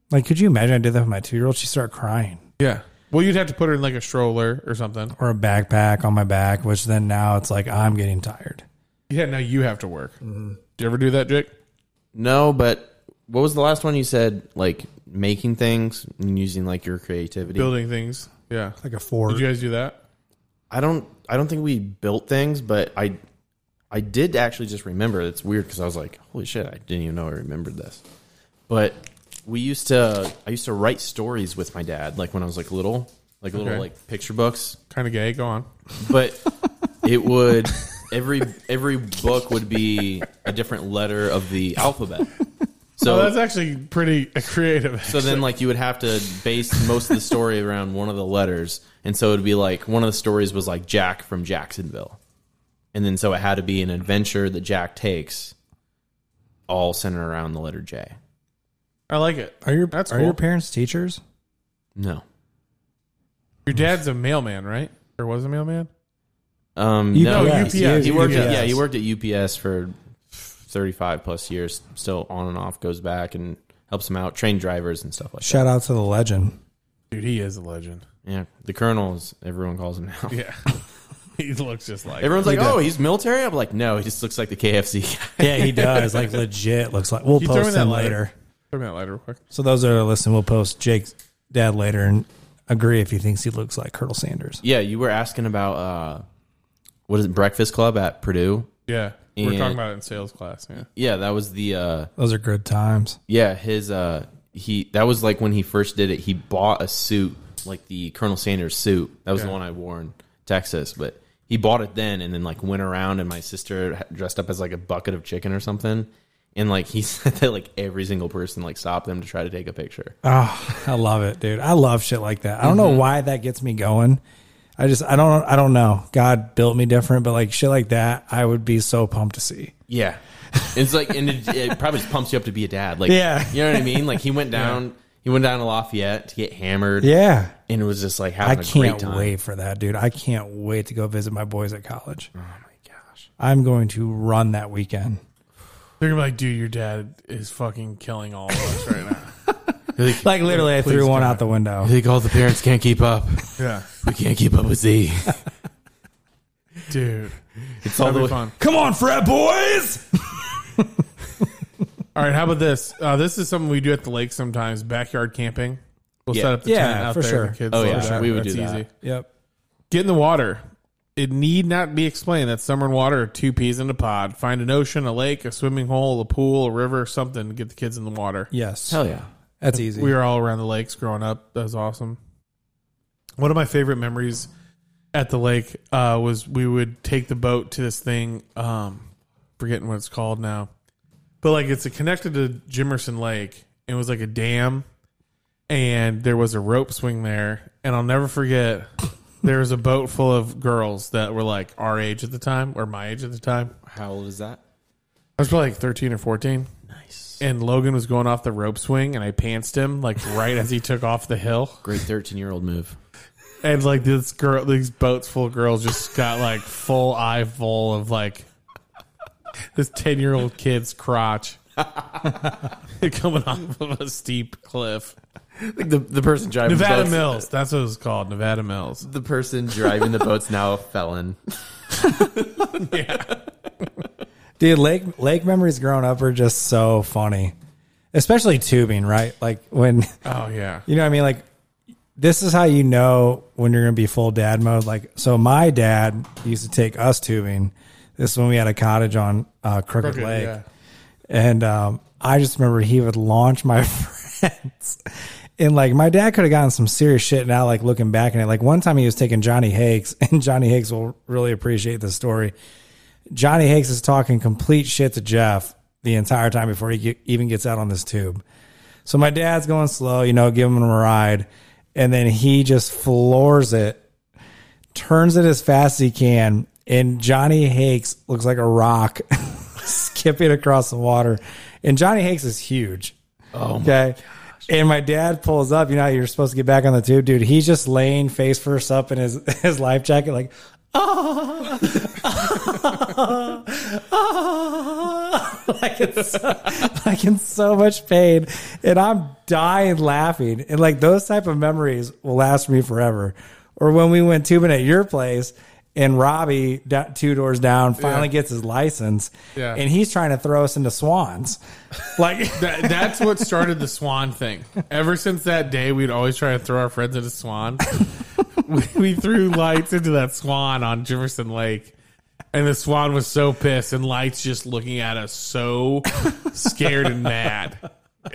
D: Like, could you imagine I did that with my two year old? She started crying
B: yeah. Well, you'd have to put her in like a stroller or something.
D: or a backpack on my back, which then now it's like I'm getting tired.
B: Yeah. Now you have to work. Do you ever do that, Jake?
C: No, but what was the last one you said? Like making things and using like your creativity.
B: Building things. Yeah.
D: Like a four.
B: Did you guys do that?
C: I don't. I don't think we built things, but I, I did actually just remember. It's weird because I was like, holy shit, I didn't even know I remembered this. But we used to. I used to write stories with my dad, like when I was like little, like
B: Okay.
C: little like picture books.
B: Kind of gay. Go on.
C: but it would every every book would be a different letter of the alphabet.
B: Oh,
C: So
B: that's actually pretty creative.
C: so then like you would have to base most of the story around one of the letters, and so it'd be like one of the stories was like Jack from Jacksonville, and then so it had to be an adventure that Jack takes, all centered around the letter J.
B: I like it.
D: are your
B: That's
D: are
B: cool.
D: your parents teachers?
C: No,
B: Your dad's a mailman, right? Or was a mailman?
C: um,
D: You-
C: no,
D: no,
C: he-
D: UPS. Yeah,
C: He worked. At,
D: UPS.
C: yeah, he worked at UPS for thirty-five plus years. Still on and off, goes back and helps him out, train drivers and stuff like
D: Shout out to the legend.
B: Dude, he is a legend.
C: that. Yeah, the colonel is everyone calls him now.
B: Yeah. he looks just like
C: Everyone's like,
D: does.
C: "Oh, he's military." I'm like, "No, he just looks like the KFC." guy."
D: Yeah, he does. like legit looks like we'll
B: You throw me
D: post
B: that
D: him
B: letter.
D: later.
B: Turn that light real quick.
D: So those that are listening, we'll post Jake's dad later and agree if he thinks he looks like Colonel Sanders.
C: yeah, you were asking about uh, what is it, Breakfast Club at Purdue?
B: Yeah. We We're
C: And-
B: talking about it in sales class. Yeah.
C: Yeah, that was the uh,
D: Those are good times.
C: yeah his uh he that was like when he first did it. He bought a suit like the Colonel Sanders suit. That was the
B: Yeah.
C: one I wore in Texas, but he bought it then and then like went around and my sister ha- dressed up as like a bucket of chicken or something. And like he said that like every single person like stopped them to try to take a picture.
D: Oh, I love it, dude. I love shit like that. I don't know why that gets me going. I just I don't I don't know. God built me different, but like shit like that, I would be so pumped to see.
C: Yeah. It's like, and it, it probably just pumps you up to be a dad. Like,
D: Yeah.
C: you know what I mean? Like, he went down, he went down to Lafayette to get hammered.
D: Yeah.
C: And it was just like
D: I
C: having a great
D: can't
C: time.
D: wait for that, dude. I can't wait to go visit my boys at college. Oh my gosh. I'm going to run that weekend.
B: They're gonna be like, dude, your dad is fucking killing all of us right now.
D: Like literally I threw one out the window.
C: I think all the parents can't keep up.
B: yeah.
C: We can't keep up with Z.
B: Dude.
C: It's all
B: That'd
C: the
B: be
C: way.
B: fun.
D: Come on, frat boys.
B: All right, how about this? Uh, this is something we do at the lake sometimes, backyard camping. We'll
C: Yeah.
B: set up the
D: Yeah,
B: tent out
D: for
B: there.
D: sure.
B: The kids
C: Oh,
B: love
C: yeah,
B: that.
C: we would
B: That's
C: do that.
B: easy.
D: Yep.
B: Get in the water. It need not be explained that summer and water are two peas in a pod. Find an ocean, a lake, a swimming hole, a pool, a river, something. Get the kids in the water.
D: Yes.
C: Hell yeah.
D: That's easy.
B: We were all around the lakes growing up. That was awesome. One of my favorite memories at the lake uh, was we would take the boat to this thing. Um, forgetting what it's called now, but but like it's connected to Jimerson Lake. It was like a dam, and there was a rope swing there. And I'll never forget, there was a boat full of girls that were like our age at the time or my age at the time.
C: How old is that?
B: I was probably like thirteen or fourteen.
C: Nice.
B: And Logan was going off the rope swing, and I pantsed him like right as he took off the hill.
C: Great 13 year old move.
B: And like this girl, these boats full of girls just got like full eye full of like this ten year old kid's crotch coming off of a steep cliff.
C: Like the, the person driving
B: Nevada
C: boats-
B: Mills, that's what it's called. Nevada Mills.
C: The person driving the boat's now a felon.
D: Dude, lake lake memories growing up are just so funny, especially tubing, right? Like when
B: Oh yeah,
D: you know, what I mean, like this is how you know when you're gonna be full dad mode. Like, so my dad used to take us tubing. This is when we had a cottage on uh, Crooked,
B: Crooked,
D: Lake,
B: yeah.
D: and um, I just remember he would launch my friends. And like my dad could have gotten some serious shit now, like looking back at it. Like one time he was taking Johnny Hakes, and Johnny Hakes will really appreciate this story. Johnny Hakes is talking complete shit to Jeff the entire time before he ge- even gets out on this tube. So my dad's going slow, you know, giving him a ride, and then he just floors it, turns it as fast as he can, and Johnny Hakes looks like a rock skipping across the water. And Johnny Hakes is huge. Oh okay. and my dad pulls up, you know, how you're supposed to get back on the tube, dude. He's just laying face first up in his his life jacket, like, "Ah." like it's like in so much pain and i'm dying laughing and like those type of memories will last me forever or when we went tubing at your place and robbie da- two doors down finally
B: Yeah.
D: gets his license
B: Yeah.
D: and he's trying to throw us into swans like
B: That- that's what started the Swan thing. Ever since that day, we'd always try to throw our friends into Swan. we, we threw lights into that Swan on Jefferson Lake, and the Swan was so pissed, and lights just looking at us so scared and mad.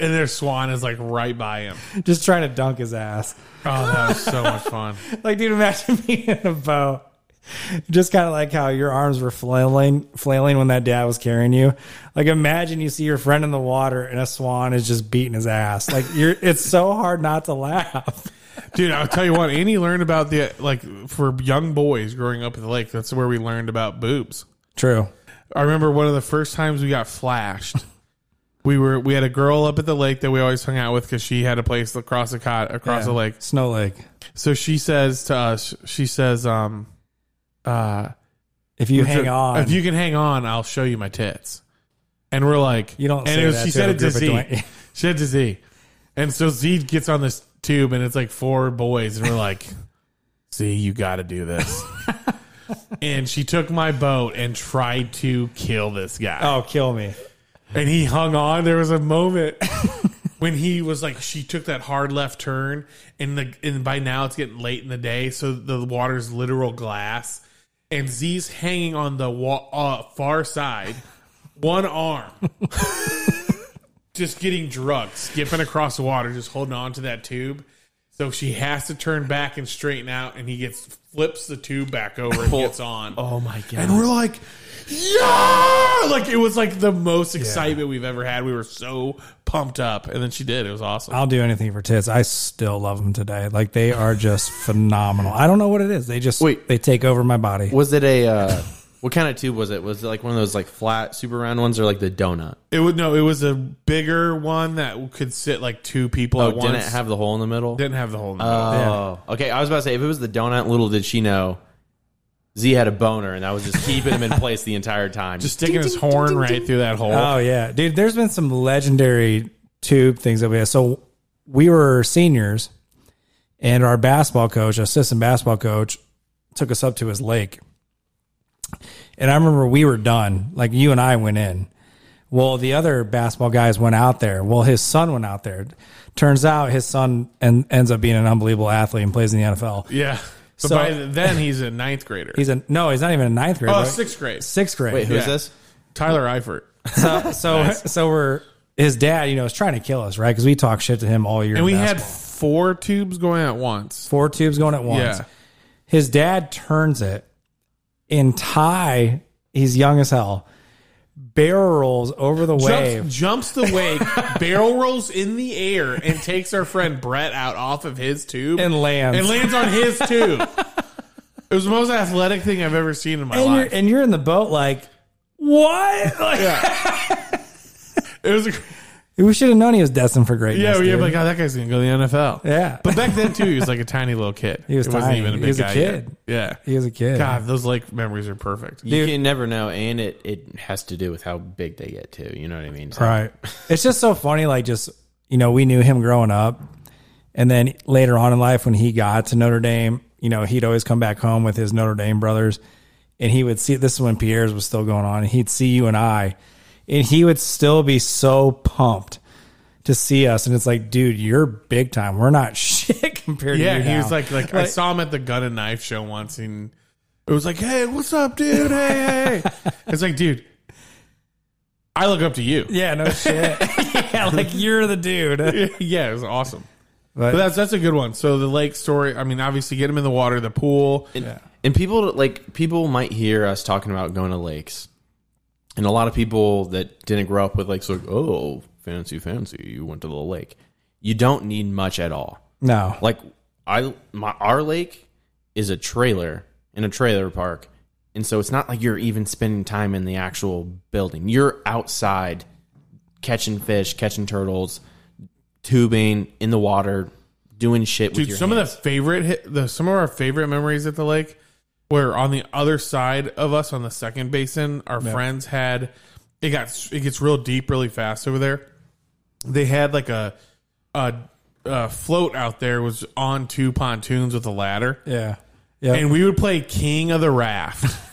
B: And their Swan is like right by him.
D: just trying to dunk his ass
B: Oh, that was so much fun.
D: like dude imagine being in a boat just kind of like how your arms were flailing flailing when that dad was carrying you like imagine you see your friend in the water and a swan is just beating his ass like you're it's so hard not to laugh
B: Dude, I'll tell you what, Annie learned about the, like, for young boys growing up at the lake, that's where we learned about boobs.
D: true
B: I remember one of the first times we got flashed. We were we had a girl up at the lake that we always hung out with because she had a place across the cot across the lake.
D: snow lake
B: So she says to us, she says, um, uh,
D: if you hang on
B: if you can hang on, I'll show you my tits." And we're like,
D: You don't
B: And
D: say
B: it was,
D: that
B: she
D: to
B: said
D: a
B: it to Z.
D: group of twen-
B: she said to Z, and so Z gets on this tube, and it's like four boys, and we're like, "Z, you got to do this." and she took my boat and tried to kill this guy
D: oh kill me
B: and he hung on. There was a moment when he was like, she took that hard left turn, and the and by now it's getting late in the day, so the water's literal glass, and Z's hanging on the wa- uh, far side, one arm. Just getting drugged, skipping across the water, just holding on to that tube. So she has to turn back and straighten out, and he gets flips the tube back over and gets on.
C: Oh my god.
B: And we're like, yeah! Like, it was like the most excitement we've ever had. We were so pumped up. And then she did. It was awesome.
D: i'll do anything for tits i still love them today like they are just phenomenal i don't know what it is they just
C: Wait.
D: they take over my body
C: was it a uh, what kind of tube was it? Was it like one of those like flat super round ones or like the donut?
B: It would, no, it was a bigger one that could sit like two people
C: Oh,
B: at once.
C: didn't it have the hole in the middle?
B: Didn't have the whole
C: Oh, okay. I was about to say if it was the donut, little did she know, Z had a boner, and that was just keeping him in place the entire time.
B: Just sticking his horn right through that hole.
D: Oh yeah, dude. There's been some legendary tube things that we had. So we were seniors, and our basketball coach, assistant basketball coach, took us up to his lake. And I remember we were done. Like you and I went in. Well, the other basketball guys went out there. Well, his son went out there. Turns out his son and ends up being an unbelievable athlete and plays in the NFL.
B: yeah. But
D: So-
B: by then, he's a ninth grader.
D: He's a no, he's not even a ninth grade.
B: oh,
D: right?
B: sixth grade.
D: sixth grade.
C: Wait, who's
B: Yeah.
C: this?
B: Tyler Eifert.
D: So so so we're his dad, you know, is trying to kill us, right? Because we talk shit to him all year.
B: And we
D: in
B: had
D: basketball.
B: four tubes going at once.
D: four tubes going at once.
B: Yeah.
D: His dad turns it in Ty. He's young as hell. barrel rolls over the wave.
B: Jumps, jumps the wake, barrel rolls in the air, and takes our friend Brett out off of his tube
D: And lands.
B: and lands on his tube. It was the most athletic thing I've ever seen in my
D: and you're,
B: life.
D: and you're in the boat like, what? Like,
B: it was a,
D: We should have known he was destined for greatness.
B: yeah, we were
D: dude.
B: like, oh, that guy's gonna go to the NFL.
D: Yeah.
B: but back then too, he was like a tiny little kid.
D: He was
B: it
D: tiny.
B: wasn't even a
D: He
B: big
D: was a
B: guy
D: kid.
B: yet. Yeah,
D: he was a kid.
B: God, those like memories are perfect.
C: You can never know, and it, it has to do with how big they get too. You know what I mean? So-
D: Right. It's just so funny. Like, just, you know, we knew him growing up. And then later on in life, when he got to Notre Dame, you know, he'd always come back home with his Notre Dame brothers. And he would see, this is when Pierre's was still going on. And he'd see you and I. And he would still be so pumped to see us. And it's like, dude, you're big time. We're not shit compared
B: Yeah,
D: to you.
B: he
D: now.
B: was like, like I
D: Like-
B: saw him at the gun and knife show once, and it was like, hey, what's up, dude? Hey, hey. it's like, dude, I look up to you.
D: yeah, no shit. yeah, like you're the dude.
B: yeah, it was awesome.
D: But-
B: But that's that's a good one. So the lake story. I mean, obviously, get him in the water, the pool.
C: And, and people like people might hear us talking about going to lakes, and a lot of people that didn't grow up with lakes like, oh, fancy, fancy, you went to the lake. You don't need much at all.
D: No.
C: Like I, my our lake is a trailer in a trailer park, and so it's not like you're even spending time in the actual building. You're outside catching fish, catching turtles, tubing in the water, doing shit with
B: Dude,
C: your
B: some
C: hands.
B: of the favorite hit, the some of our favorite memories at the lake were on the other side of us on the second basin. Our friends had it got it gets real deep really fast over there. They had like a a, a float out there was on two pontoons with a ladder,
D: Yeah. Yeah.
B: and we would play King of the Raft.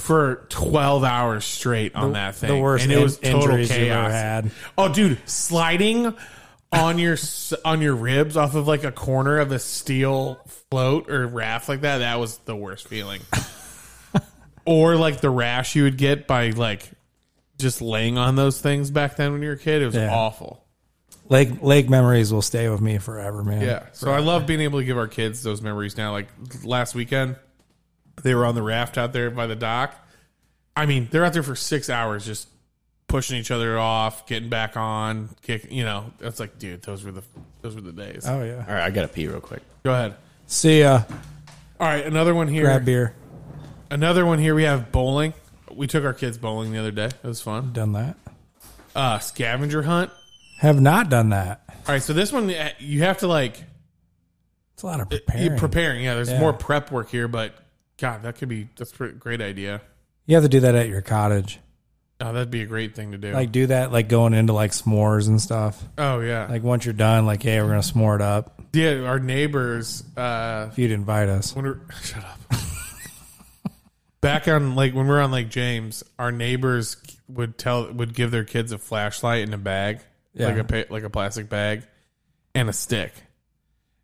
B: For twelve hours straight on that thing,
D: the worst
B: and it
D: in-
B: was total
D: injuries
B: chaos.
D: you've ever had.
B: Oh, dude, sliding on your s- on your ribs off of like a corner of a steel float or raft like that. That was the worst feeling. or like the rash you would get by like just laying on those things back then when you were a kid. It was
D: Yeah.
B: awful.
D: Lake Lake memories will stay with me forever, man.
B: Yeah. So I love being able to give our kids those memories now. Like last weekend, they were on the raft out there by the dock. I mean, they're out there for six hours just pushing each other off, getting back on, kick. You know, it's like, dude, those were the those were the days.
D: Oh yeah.
C: All right, I gotta pee real quick.
B: Go ahead.
D: See ya.
B: All right, another one here.
D: Grab beer.
B: Another one here. We have bowling. We took our kids bowling the other day. It was fun.
D: Done that.
B: Uh, scavenger hunt.
D: Have not done that.
B: All right, so this one uh, you have to like
D: It's a lot of
B: you're
D: preparing.
B: preparing. Yeah, there's
D: Yeah.
B: more prep work here, but God, that could be that's a pretty great idea.
D: you have to do that at your cottage.
B: Oh, that'd be a great thing to do.
D: Like do that like going into like s'mores and stuff.
B: oh yeah,
D: Like once you're done, like hey, we're gonna s'more it up.
B: yeah. Our neighbors. Uh,
D: If you'd invite us,
B: when we're, shut up. Back on like when we were on Lake James, our neighbors would tell would give their kids a flashlight in a bag,
D: Yeah.
B: like a pa- like a plastic bag, and a stick,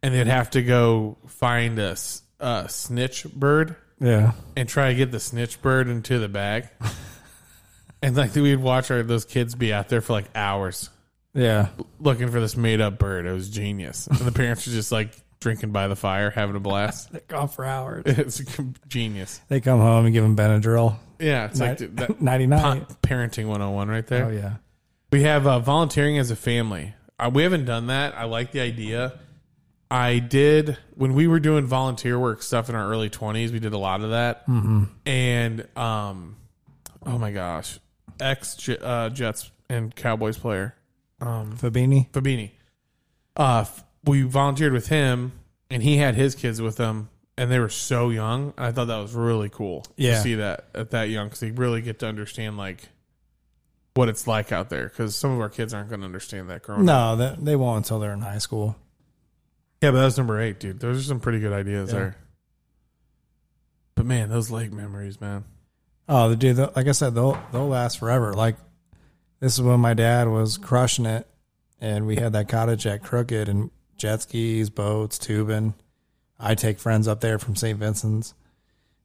B: and they'd have to go find a, s- a snitch bird
D: yeah.
B: and try to get the snitch bird into the bag. And like we'd watch our, those kids be out there for like hours
D: Yeah,
B: looking for this made up bird. It was genius. And the parents were just like drinking by the fire, having a blast.
D: they gone for hours.
B: It's genius.
D: They come home and give them Benadryl,
B: Yeah, it's like that
D: ninety nine.
B: pa- parenting 101 right there.
D: Oh yeah,
B: We have uh, volunteering as a family. Uh, we haven't done that. I like the idea. I did when we were doing volunteer work stuff in our early 20s, we did a lot of that. Mm-hmm. And um oh my gosh, ex J- uh, Jets and Cowboys player Um,
D: Fabini.
B: Fabini. Uh, f- we volunteered with him, and he had his kids with him, and they were so young. I thought that was really cool.
D: Yeah.
B: to see that at that young because they really get to understand like what it's like out there. Because some of our kids aren't going to understand that growing up.
D: No, that, they won't until they're in high school.
B: Yeah, but that was number eight, dude. Those are some pretty good ideas there. But man, those lake memories, man.
D: Oh, the dude, the- like I said, they'll they'll last forever. Like this is when my dad was crushing it, and we had that cottage at Crooked and jet skis, boats, tubing. I take friends up there from St. Vincent's,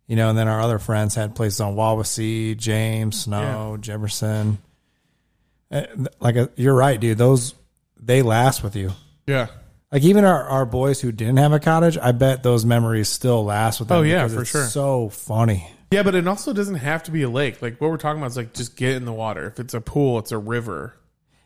D: you know, and then our other friends had places on Wawasee, James, Snow, Jefferson. Eh, th- Like uh, you're right, dude. Those they last with you.
B: Yeah.
D: Like even our, our boys who didn't have a cottage, I bet those memories still last with them.
B: Oh, yeah,
D: because
B: for
D: it's
B: sure.
D: So funny.
B: Yeah, but it also doesn't have to be a lake. Like what we're talking about is like just get in the water. If it's a pool, it's a river.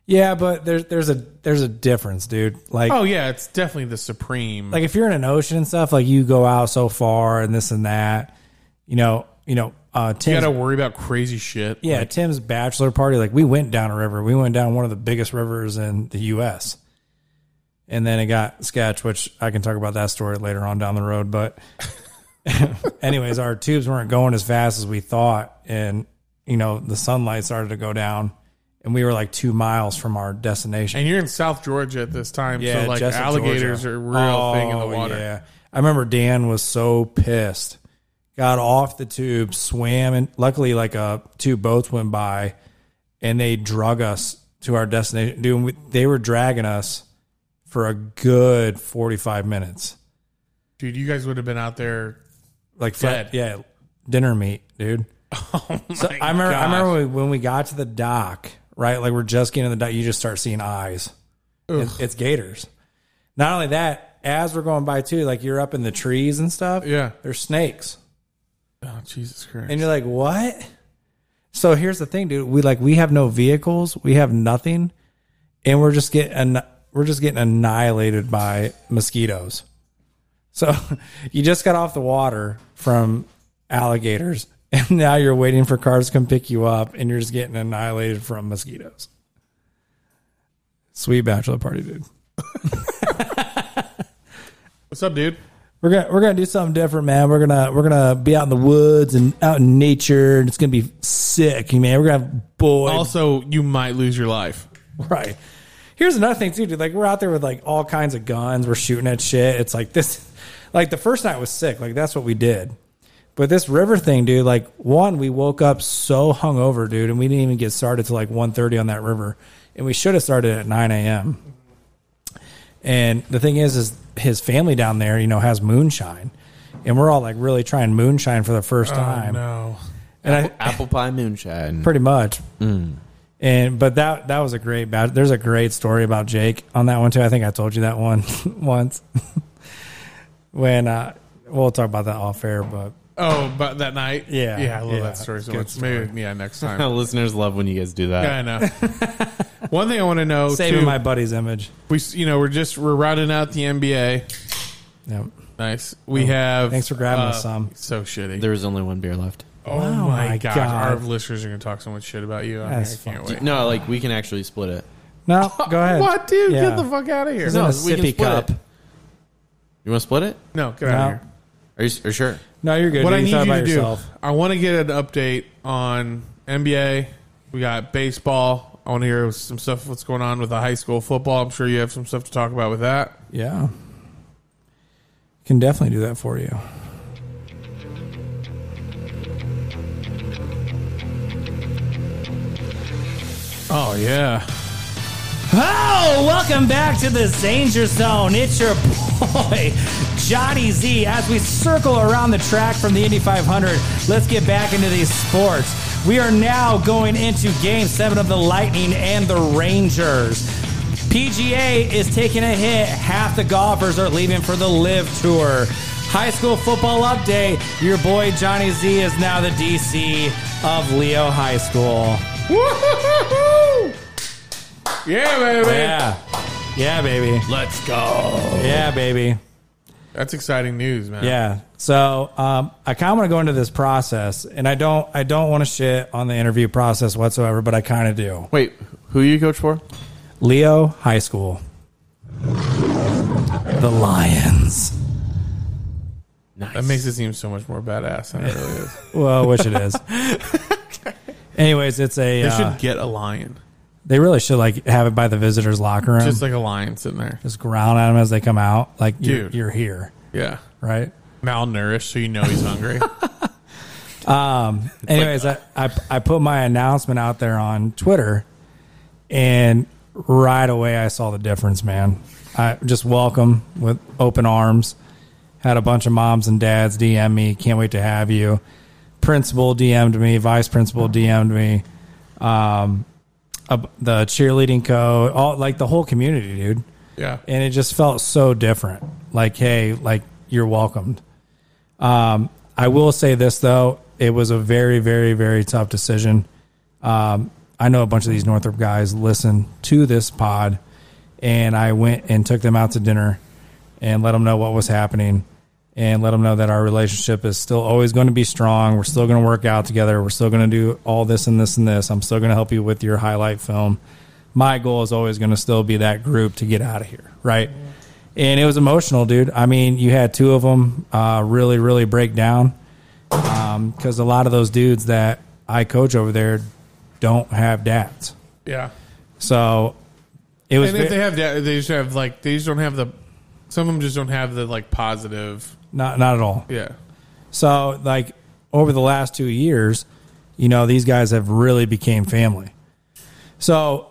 D: Yeah, but there's there's a there's a difference, dude. Like
B: Oh yeah, it's definitely the supreme.
D: like if you're in an ocean and stuff, like you go out so far and this and that, you know, you know, uh,
B: you
D: Tim's,
B: got to worry about crazy shit.
D: yeah, Tim's bachelor party, like we went down a river. We went down one of the biggest rivers in the U.S. And then it got sketch, which I can talk about that story later on down the road. But, anyways, our tubes weren't going as fast as we thought, and you know the sunlight started to go down, and we were like two miles from our destination.
B: And you're in South Georgia at this time, so like
D: Jessup,
B: alligators are
D: Georgia.
B: a real thing in the
D: Oh,
B: water.
D: Yeah. I remember Dan was so pissed. Got off the tube, swam, and luckily, like uh, two boats went by, and they drug us to our destination. Dude, we, they were dragging us for a good forty-five minutes.
B: Dude, you guys would have been out there.
D: Like, fr-
B: Dead.
D: yeah, dinner meat, dude. So I remember, I remember when we, when we got to the dock, right? Like we're just getting to the dock, you just start seeing eyes. It's, it's gators. Not only that, as we're going by too, like you're up in the trees and stuff.
B: Yeah.
D: there's snakes,
B: Oh, Jesus Christ.
D: and you're like, what? So here's the thing, dude. We like we have no vehicles, we have nothing, and we're just getting anni- we're just getting annihilated by mosquitoes. So you just got off the water from alligators, and now you're waiting for cars to come pick you up, and you're just getting annihilated from mosquitoes. Sweet bachelor party, dude.
B: What's up, dude?
D: We're gonna we're gonna do something different, man. We're gonna we're gonna be out in the woods and out in nature, and it's gonna be sick, man. We're gonna have boy
B: Also, you might lose your life.
D: right. Here's another thing too, dude. Like we're out there with like all kinds of guns. We're shooting at shit. It's like this. Like the first night was sick. Like that's what we did. But this river thing, dude. Like one, we woke up so hungover, dude, and we didn't even get started till like 1.30 on that river, and we should have started at nine a.m. And the thing is, is his family down there, you know, has moonshine, and we're all like really trying moonshine for the first time.
B: No.
D: And I,
C: Apple pie moonshine.
D: pretty much.
B: Mm.
D: And but that that was a great bad. There's a great story about Jake on that one too. I think I told you that one once. when uh, we'll talk about that off air, but
B: Oh, but that night?
D: Yeah.
B: Yeah, I love
D: Yeah,
B: that story so
D: good
B: much. Maybe, yeah, next time.
C: Listeners love when you guys do that.
B: yeah, I know. One thing I want to know,
D: saving
B: too,
D: my buddy's image.
B: we, s- you know, we're just, we're routing out the NBA.
D: Yep.
B: Nice. We have.
D: Oh,
B: uh,
D: thanks for grabbing us, Sam.
B: So shitty.
C: There was only one beer left.
B: oh,
D: Oh
B: my,
D: my
B: God.
D: God.
B: Our listeners are going to talk so much shit about you. I, I
D: That's
B: can't
D: fucked
B: wait.
C: Oh, No, like we can actually split it.
D: No, go ahead.
B: What, dude?
D: Yeah.
B: Get the fuck out of here.
D: No,
B: No,
D: a
C: we can
D: sippy
C: split
D: cup.
C: it. You want to split it?
B: get out of
D: No,
B: here.
C: Are you, are you sure?
D: no, you're good.
B: What I need
D: can
B: you
D: talk
B: to
D: about yourself.
B: do, I want to get an update on NBA. We got baseball. I want to hear some stuff. What's going on with the high school football? I'm sure you have some stuff to talk about with that.
D: Yeah, can definitely do that for you.
B: Oh yeah,
D: Oh, welcome back to the Danger Zone. It's your boy, Johnny Z. As we circle around the track from the Indy 500, let's get back into these sports. We are now going into game seven of the Lightning and the Rangers. PGA is taking a hit. Half the golfers are leaving for the Live Tour. High school football update. Your boy, Johnny Z, is now the DC of Leo High School.
B: yeah, baby.
D: Yeah. Yeah, baby.
B: Let's go.
D: Yeah, baby.
B: That's exciting news, man.
D: Yeah. So um, I kind of want to go into this process, and I don't I don't want to shit on the interview process whatsoever, but I kind of do.
C: Wait, who you coach for?
D: Leo High School, the Lions.
C: Nice.
B: that makes it seem so much more badass than it really is.
D: Well, which it is. Anyways, it's a
B: They
D: uh,
B: should get a lion,
D: they really should like have it by the visitors' locker room.
B: just
D: Just,
B: like a lion sitting there.
D: ground at them as they come out, like you're,
B: Dude.
D: you're here,
B: Yeah,
D: right?
B: malnourished, so you know he's hungry.
D: Anyways, I, I I put my announcement out there on Twitter, and right away I saw the difference, man. I just welcome with open arms. Had a bunch of moms and dads DM me. Can't wait to have you. Principal DM'd me. Vice principal DM'd me. Um, uh, the cheerleading co, all like the whole community, dude
B: yeah,
D: and it just felt so different. Like, hey, like you're welcomed. Um, I will say this though, it was a very, very, very tough decision. Um, I know a bunch of these Northrop guys listen to this pod, and I went and took them out to dinner and let them know what was happening and let them know that our relationship is still always going to be strong. We're still going to work out together. We're still going to do all this and this and this. I'm still going to help you with your highlight film. My goal is always going to still be that group to get out of here, right? And it was emotional, dude. I mean, you had two of them uh, really, really break down because a lot of those dudes that I coach over there don't have dads.
B: Yeah.
D: So it was
B: And if
D: ve-
B: they have, that, they just have like they just don't have the. Some of them just don't have the like positive.
D: not not at all.
B: Yeah.
D: So like over the last two years, you know, these guys have really became family. So,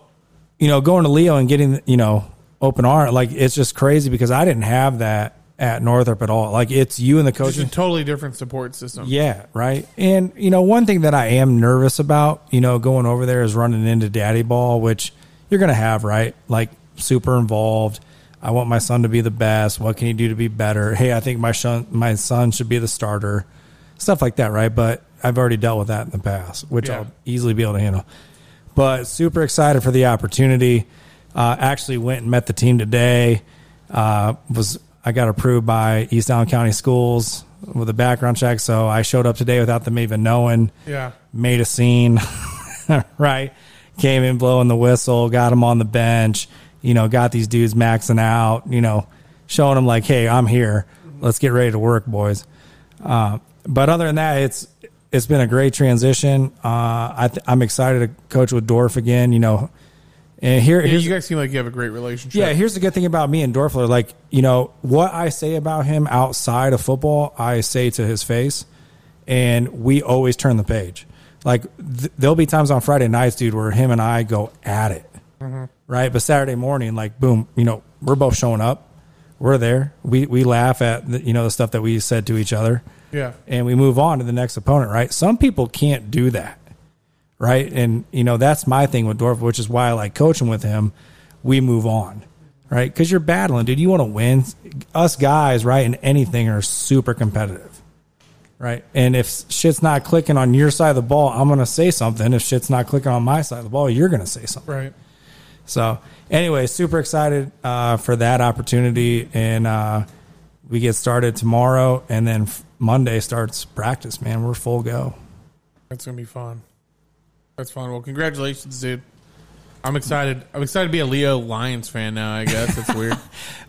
D: you know, going to Leo and getting, you know, open arm, like it's just crazy because I didn't have that at Northrop at all. Like it's you and the
B: It's a
D: coaching.
B: totally different support system.
D: Yeah, right. And you know, one thing that I am nervous about, you know, going over there is running into daddy ball, which you're gonna have, right? Like super involved. I want my son to be the best. What can he do to be better? Hey, I think my son my son should be the starter. Stuff like that, right? But I've already dealt with that in the past, which
B: Yeah.
D: I'll easily be able to handle. But super excited for the opportunity. Uh, actually went and met the team today. Uh, was I got approved by East Allen County Schools with a background check, so I showed up today without them even knowing.
B: Yeah.
D: Made a scene, right? Came in blowing the whistle, got them on the bench. You know, got these dudes maxing out. You know, showing them like, hey, I'm here. Let's get ready to work, boys. Uh, but other than that, it's it's been a great transition. Uh, I th- I'm excited to coach with Dorf again. You know, and here
B: Yeah,
D: here's
B: you guys seem like you have a great relationship.
D: yeah, here's the good thing about me and Dorfler. Like, you know, what I say about him outside of football, I say to his face, and we always turn the page. Like, th- there'll be times on Friday nights, dude, where him and I go at it, right? But Saturday morning, like, boom, you know, we're both showing up. We're there. We we laugh at the, you know the stuff that we said to each other
B: Yeah.
D: and we move on to the next opponent, right? Some people can't do that, right? And you know that's my thing with Dorf, which is why I like coaching with him. We move on, right? Because you're battling, dude. You want to win. Us guys, right? In anything, are super competitive, right? And if shit's not clicking on your side of the ball, I'm gonna say something. If shit's not clicking on my side of the ball, you're gonna say something.
B: Right.
D: So, anyway, super excited uh, for that opportunity, and uh, we get started tomorrow, and then f- Monday starts practice. Man, we're full go.
B: That's gonna be fun. That's fun. Well, congratulations, dude. I'm excited. I'm excited to be a Leo Lions fan now. I guess that's weird.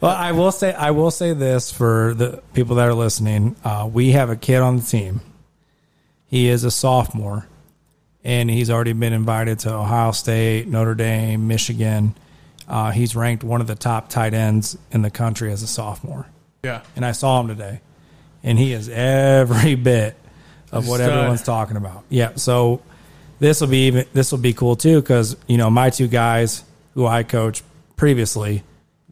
D: Well, I will say, I will say this for the people that are listening: uh, we have a kid on the team. He is a sophomore, and he's already been invited to Ohio State, Notre Dame, Michigan. Uh, he's ranked one of the top tight ends in the country as a sophomore.
B: Yeah.
D: and I saw him today, and he is every bit of what
B: Stud.
D: everyone's talking about. Yeah, so this will be even this will be cool too because you know my two guys who I coach previously,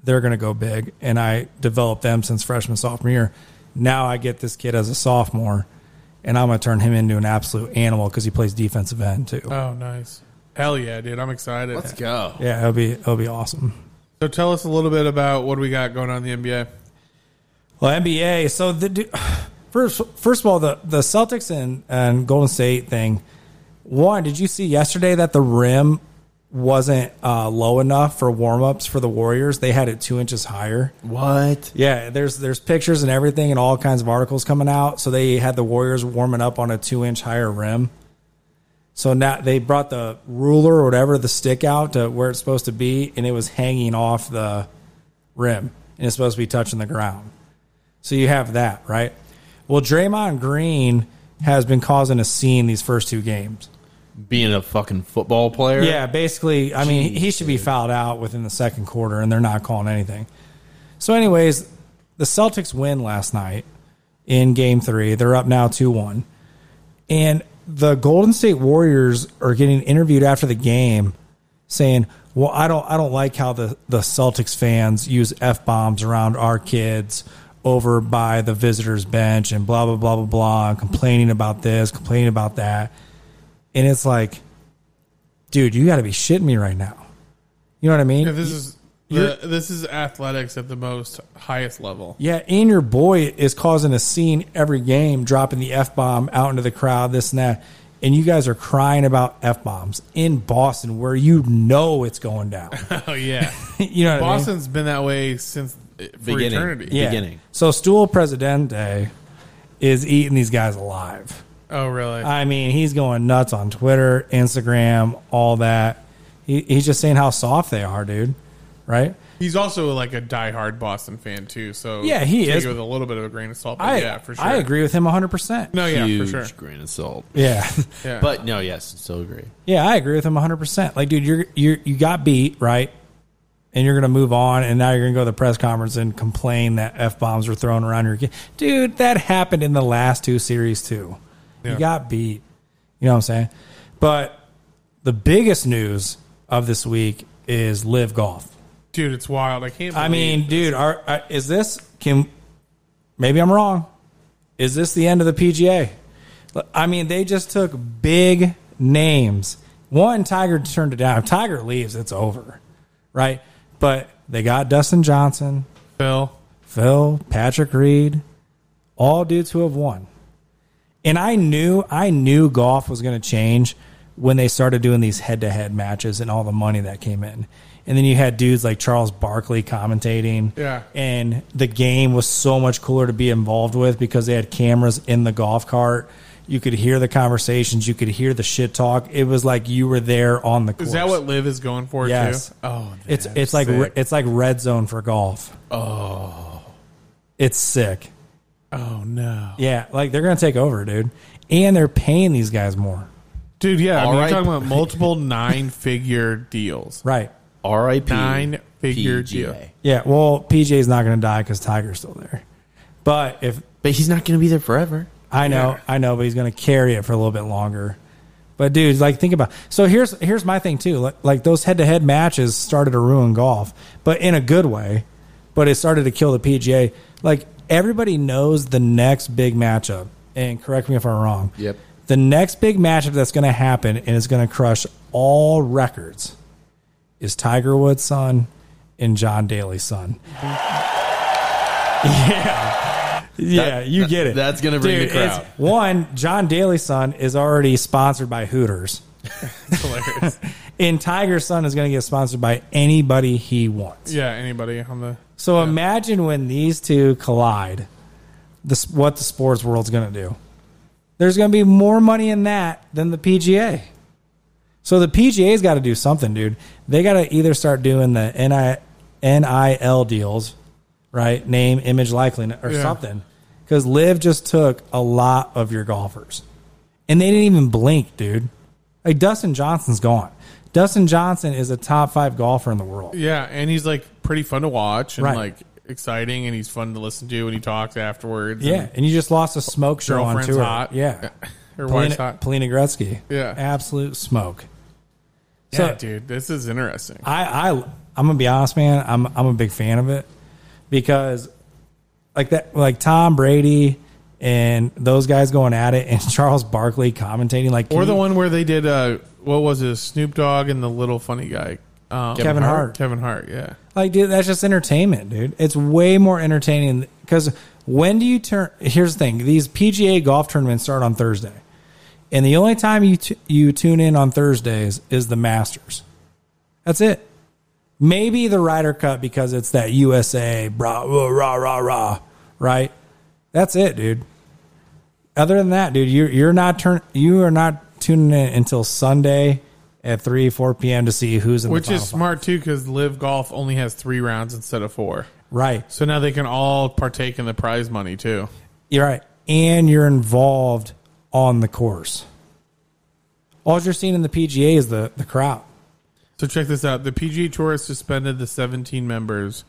D: they're going to go big, and I developed them since freshman sophomore year. Now I get this kid as a sophomore, and I'm going to turn him into an absolute animal because he plays defensive end too.
B: Oh, nice. Hell yeah, dude. I'm excited.
C: Let's go.
D: yeah, it'll be it'll be awesome.
B: So tell us a little bit about what we got going on in the NBA.
D: Well, NBA. So the du- first, first of all, the the Celtics and and Golden State thing. One, did you see yesterday that the rim wasn't uh, low enough for warm ups for the Warriors? They had it two inches higher.
C: What?
D: Yeah, there's there's pictures and everything and all kinds of articles coming out. So they had the Warriors warming up on a two inch higher rim. So now they brought the ruler or whatever the stick out to where it's supposed to be, and it was hanging off the rim, and it's supposed to be touching the ground. So you have that, right? Well, Draymond Green has been causing a scene these first two games.
C: Being a fucking football player?
D: Yeah, basically, I mean, he should be fouled out within the second quarter, and they're not calling anything. So, anyways, the Celtics win last night in game three. They're up now 2 1. And the Golden State Warriors are getting interviewed after the game saying, Well, I don't I don't like how the, the Celtics fans use F bombs around our kids over by the visitors bench and blah blah blah blah blah and complaining about this, complaining about that. And it's like, dude, you gotta be shitting me right now. You know what I mean?
B: Yeah, this is The, this is athletics at the most highest level.
D: Yeah, and your boy is causing a scene every game, dropping the f bomb out into the crowd, this and that, and you guys are crying about f bombs in Boston, where you know it's going down.
B: Oh yeah,
D: you know, what I mean?
B: Boston's been that way since uh, for
C: Beginning.
B: eternity.
C: Yeah. beginning.
D: So Stool Presidente is eating these guys alive.
B: Oh really?
D: I mean, he's going nuts on Twitter, Instagram, all that. He, he's just saying how soft they are, dude. Right?
B: He's also like a diehard Boston fan too. So
D: Yeah, he
B: take
D: is.
B: it with a little bit of a grain of salt. But
D: I
B: yeah, for sure.
D: I agree with him 100%.
B: No, Oh, yeah,
C: Huge
B: for sure.
C: grain of salt.
D: Yeah.
B: Yeah.
C: But no, yes, still agree.
D: Yeah, I agree with him 100%. Like, dude, you're, you're, you got beat, right? And you're going to move on, and now you're going to go to the press conference and complain that F bombs were thrown around your kid. Dude, that happened in the last two series, too. You got beat. You know what I'm saying? But the biggest news of this week is live golf.
B: dude, it's wild. I can't. Believe
D: I mean, dude, are, are, is this can? Maybe I'm wrong. Is this the end of the PGA? I mean, they just took big names. One Tiger turned it down. If Tiger leaves, it's over, right? But they got Dustin Johnson,
B: Phil.
D: Phil, Patrick Reed, all dudes who have won. And I knew I knew golf was going to change when they started doing these head-to-head matches and all the money that came in. And then you had dudes like Charles Barkley commentating.
B: Yeah.
D: And the game was so much cooler to be involved with because they had cameras in the golf cart. You could hear the conversations, you could hear the shit talk. It was like you were there on the course.
B: Is that what Liv is going for
D: Yes.
B: too? Oh,
D: It's
B: that's
D: it's like
B: sick.
D: re- it's like red zone for golf. Oh. It's sick.
B: oh no,
D: Yeah, like they're gonna take over, dude. And they're paying these guys more.
B: dude. Yeah, I
C: All
B: mean,
C: right.
B: you're talking about multiple nine-figure deals.
D: Right.
C: R.I.P.
B: Nine-figure
C: PGA.
B: deal.
D: Yeah, well, PJ's not gonna die because Tiger's still there. But if
C: But he's not going to be there forever.
D: I know, I know, but he's gonna carry it for a little bit longer. But dude, like think about so here's here's my thing too. Like, like those head to head matches started to ruin golf, but in a good way. But it started to kill the PGA. Like everybody knows the next big matchup. And correct me if I'm wrong.
C: Yep.
D: The next big matchup that's going to happen and is going to crush all records is Tiger Woods' son and John Daly's son. yeah. Yeah,
C: Mm-hmm. That-
D: you get it.
C: that's gonna bring the
D: it's-
C: crowd.
D: One, John Daly's son is already sponsored by Hooters.
B: It's hilarious.
D: And Tiger's son is going to get sponsored by anybody he wants.
B: yeah, anybody on the
D: So imagine when these two collide, this what the sports world's going to do. There's going to be more money in that than the PGA. So the PGA's got to do something, dude. They got to either start doing the NI, NIL deals, right? Name, image, likeness, or
B: Yeah.
D: something. Because Liv just took a lot of your golfers, and they didn't even blink, dude. Like Dustin Johnson's gone. Dustin Johnson is a top five golfer in the world.
B: yeah, and he's like pretty fun to watch and
D: Right.
B: like exciting, and he's fun to listen to, and he talks afterwards.
D: Yeah, and you just lost a smoke show on
B: girlfriend's
D: tour.
B: hot.
D: Yeah,
B: Her wife's
D: Polina,
B: hot.
D: Polina Gretzky.
B: Yeah.
D: absolute smoke.
B: Yeah,
D: So-
B: dude, this is interesting.
D: I, I, I'm gonna be honest, man. I'm, I'm a big fan of it because, like that, like Tom Brady and those guys going at it, and Charles Barkley commentating, like
B: Or
D: can
B: the
D: you-
B: one where they did uh, what was it, Snoop Dogg and the little funny guy, um,
D: Kevin Hart.
B: Kevin Hart, yeah.
D: Like, dude, that's just entertainment, dude. It's way more entertaining because when do you turn? Here's the thing: these PGA golf tournaments start on Thursday, and the only time you t- you tune in on Thursdays is the Masters. That's it. Maybe the Ryder Cup because it's that USA rah rah rah rah, rah right? That's it, dude. Other than that, dude, you're you're not turn you are not tuning in until Sunday at three four p.m. to see who's in
B: Which
D: the final
B: is
D: five.
B: smart too, because Live Golf only has three rounds instead of four,
D: right?
B: so now they can all partake in the prize money too.
D: You're right. And you're involved on the course. All you're seeing in the PGA is the, the crowd.
B: So check this out: the PGA Tour has suspended the 17 members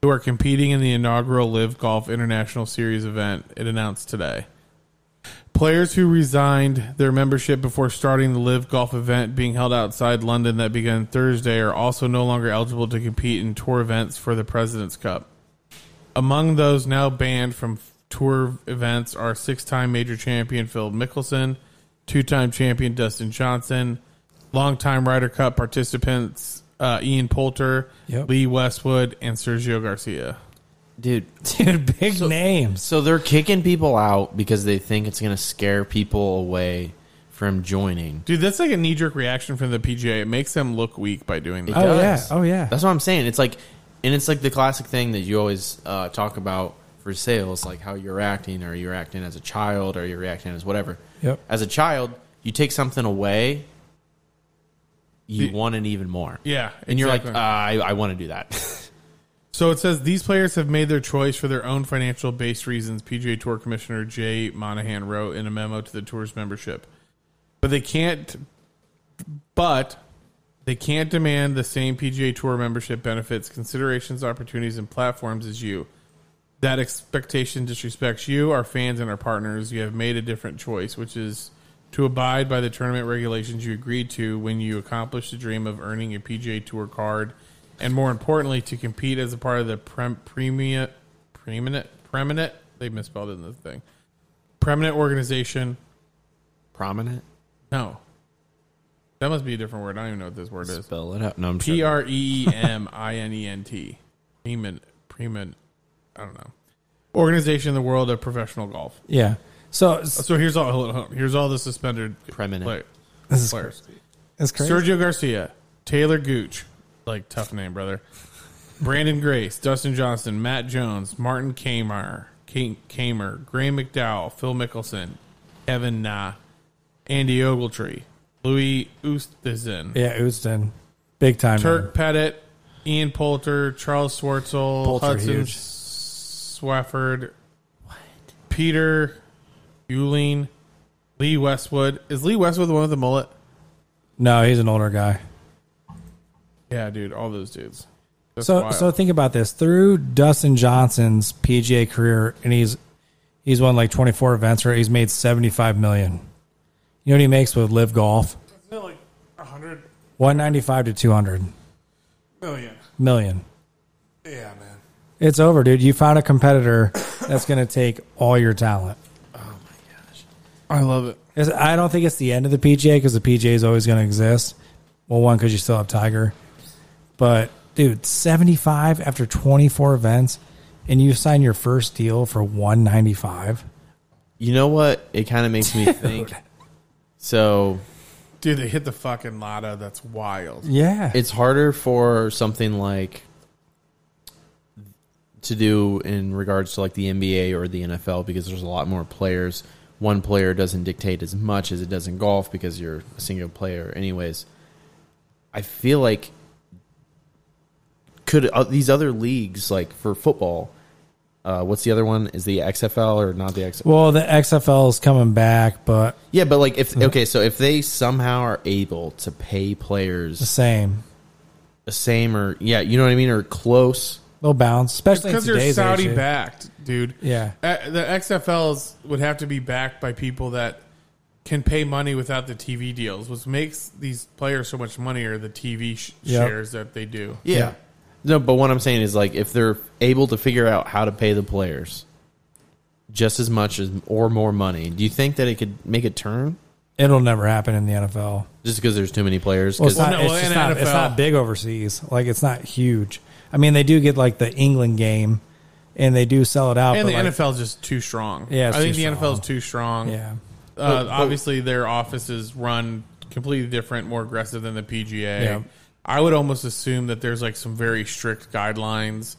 B: who are competing in the inaugural Live Golf International Series event. It announced today. Players who resigned their membership before starting the Live Golf event being held outside London that began Thursday are also no longer eligible to compete in tour events for the President's Cup. Among those now banned from tour events are six-time major champion Phil Mickelson, two-time champion Dustin Johnson, longtime Ryder Cup participants uh, Ian Poulter,
D: Yep.
B: Lee Westwood, and Sergio Garcia.
C: dude.
D: Dude, big names.
C: So they're kicking people out because they think it's going to scare people away from joining.
B: Dude, that's like a knee jerk reaction from the PGA. It makes them look weak by doing that.
D: Oh
C: does.
D: yeah. Oh yeah.
C: That's what I'm saying. It's like, and it's like the classic thing that you always uh, talk about for sales, like how you're acting, or you're acting as a child, or you're reacting as whatever.
D: Yep.
C: As a child, you take something away, you
B: The-
C: want it even more.
B: Yeah,
C: and you're like,
B: exactly.
C: uh, I, I want to do that.
B: So it says these players have made their choice for their own financial based reasons, PGA Tour Commissioner Jay Monahan wrote in a memo to the tour's membership. But they can't but they can't demand the same PGA Tour membership benefits, considerations, opportunities, and platforms as you. That expectation disrespects you, our fans, and our partners. You have made a different choice, which is to abide by the tournament regulations you agreed to when you accomplished the dream of earning a PGA Tour card, and more importantly, to compete as a part of the prem- premium, preeminent, preeminent. They misspelled it in the thing. Preeminent organization.
C: Prominent.
B: No, that must be a different word. I don't even know what this word is.
C: Spell it out. No, I'm
B: P
C: sure.
B: R E E M I N E N T. Preemin, Preemin, I don't know. Organization in the world of professional golf.
D: yeah. So this
B: So here's all hold on, hold on. here's all the suspended
C: Preeminent.
B: play-
D: is
B: players:
D: it's crazy.
B: Sergio Garcia, Taylor Gooch, like tough name, brother. Brandon Grace, Dustin Johnson, Matt Jones, Martin Kamer, Ka- Kamer, Gray McDowell, Phil Mickelson, Kevin Na, Andy Ogletree, Louis Oosthuizen,
D: yeah, Houston, big time.
B: Turk Pettit, Ian Poulter, Charles Swartzel,
D: Poulter,
B: Hudson
D: huge.
B: Swafford, Peter Euling, Lee Westwood. Is Lee Westwood the one with the mullet?
D: No, he's an older guy.
B: Yeah, dude, all those dudes. That's
D: So
B: wild.
D: so think about this. Through Dustin Johnson's PGA career, and he's he's won like twenty four events, right? He's made seventy five million. You know what he makes with Live Golf?
B: Isn't it like 100
D: One ninety five to two hundred
B: million?
D: million.
B: Yeah, man.
D: It's over, dude. You found a competitor that's going to take all your talent.
B: I love it.
D: It's- I don't think it's the end of the PGA because the PGA is always going to exist. Well, one because you still have Tiger, but dude, seventy five after twenty four events, and you sign your first deal for one ninety five.
C: You know what? It kind of makes me think. So
B: Dude, they hit the fucking Lada. That's wild.
D: Yeah,
C: it's harder for something like to do in regards to like the NBA or the NFL because there's a lot more players. One player doesn't dictate as much as it does in golf because you're a single player, anyways. I feel like could uh, these other leagues like for football? Uh, what's the other one? Is the XFL or not the XFL?
D: well, the XFL is coming back, but
C: Yeah, but like if okay, so if they somehow are able to pay
D: the
C: players
D: same.
C: the same or yeah, you know what I mean, or close.
D: They'll bounce, especially in
B: Because they're
D: today's age,
B: Saudi
D: dude.
B: backed, dude.
D: Yeah.
B: Uh, the XFLs would have to be backed by people that can pay money without the TV deals. What makes these players so much money are the TV sh-
D: Yep.
B: shares that they do.
C: Yeah. No, but what I'm saying is like if they're able to figure out how to pay the players just as much as or more money, do you think that it could make a turn?
D: It'll never happen in the NFL.
C: Just because there's too many players?
D: Well, it's
C: 'Cause-
D: not,
B: no,
D: it's,
B: well,
D: just
B: in
D: not, it's
B: NFL.
D: not big overseas. Like it's not huge. I mean, they do get like the England game, and they do sell it out.
B: And
D: but
B: the
D: like,
B: NFL is just too strong.
D: Yeah, it's
B: I think
D: too
B: the
D: strong.
B: NFL is too strong.
D: yeah,
B: Uh, obviously, their offices run completely different, more aggressive than the PGA.
D: Yeah.
B: I would almost assume that there's like some very strict guidelines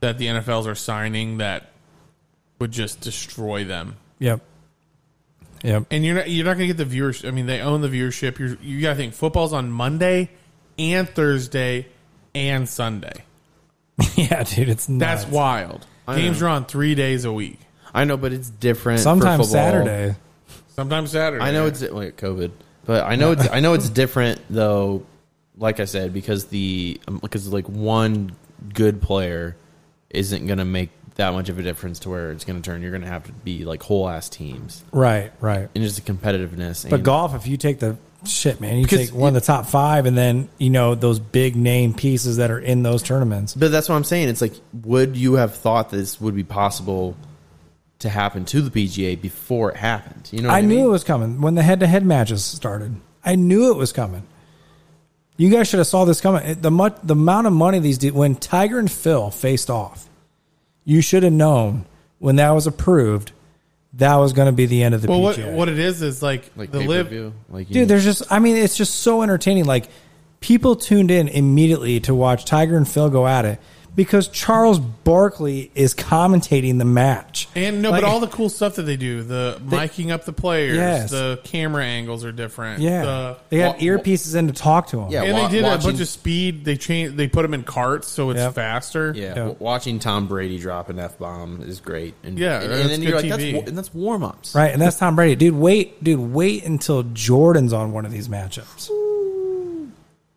B: that the NFLs are signing that would just destroy them.
D: yep, yep.
B: and you're not you're not going to get the viewers. I mean, they own the viewership. You're, you got to think football's on Monday and Thursday and Sunday.
D: Yeah, dude, it's nuts.
B: That's wild. Games are on three days a week.
C: I know, but it's different. for
D: sometimes
C: football.
D: Saturday.
B: Sometimes Saturday.
C: I know it's wait, COVID, but I know it's I know it's different though. Like I said, because the um, because like one good player isn't going to make that much of a difference to where it's going to turn. You're going to have to be like whole ass teams
D: Right, right.
C: and just the competitiveness.
D: But
C: and,
D: golf, if you take the shit, man, you
C: Because
D: take one of
C: you-
D: the top five, and then you know those big name pieces that are in those tournaments.
C: But that's what I'm saying. It's like, would you have thought this would be possible to happen to the PGA before it happened? You know, what
D: I
C: I, mean?
D: knew it was coming when the head-to-head matches started. I knew it was coming. You guys should have saw this coming. It- The mu- the amount of money these do when Tiger and Phil faced off, you should have known when that was approved, that was going to be the end of the
B: Well, what
D: PGA.
B: what it is is like,
C: Like
B: the
C: pay
B: live.
C: per view. Like you
D: Dude, there's just I mean, it's just so entertaining. Like people tuned in immediately to watch Tiger and Phil go at it because Charles Barkley is commentating the match.
B: And no,
D: Like-
B: but all the cool stuff that they do, the miking up the players,
D: Yes.
B: the camera angles are different.
D: yeah,
B: the-
D: they have
C: Wha-
D: earpieces in to talk to him.
C: Yeah.
B: and
C: wa-
B: they did a
C: watching-
B: bunch of speed. They changed. They put them in carts, so it's
D: Yep.
B: faster.
C: Yeah,
D: Yeah.
C: w- watching Tom Brady drop an f bomb is great. And,
B: Yeah,
C: and,
B: that's
C: and then
B: good
C: you're like,
B: TV.
C: that's wa- and that's warm ups.
D: Right, and that's Tom Brady. Dude, wait, dude, wait until Jordan's on one of these matchups.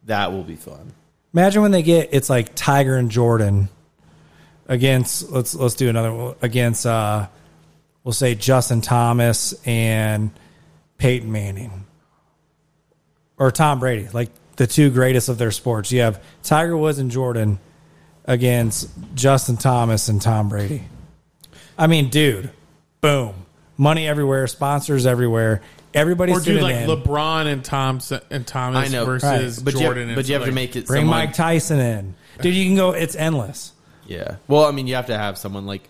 C: That will be fun.
D: Imagine when they get it's like Tiger and Jordan against let's let's do another one, against uh we'll say Justin Thomas and Peyton Manning or Tom Brady, like the two greatest of their sports. You have Tiger Woods and Jordan against Justin Thomas and Tom Brady. I mean, dude, boom. Money everywhere, sponsors everywhere. Everybody's
B: Or do
D: tuning
B: like
D: in.
B: LeBron and Thomas and Thomas
C: I know,
B: versus
C: but
B: Jordan.
C: You have,
B: and
C: but you have to
B: like-
C: make it
D: Bring
C: someone-
D: Mike Tyson in. Dude, you can go it's endless.
C: Yeah. Well, I mean, you have to have someone like,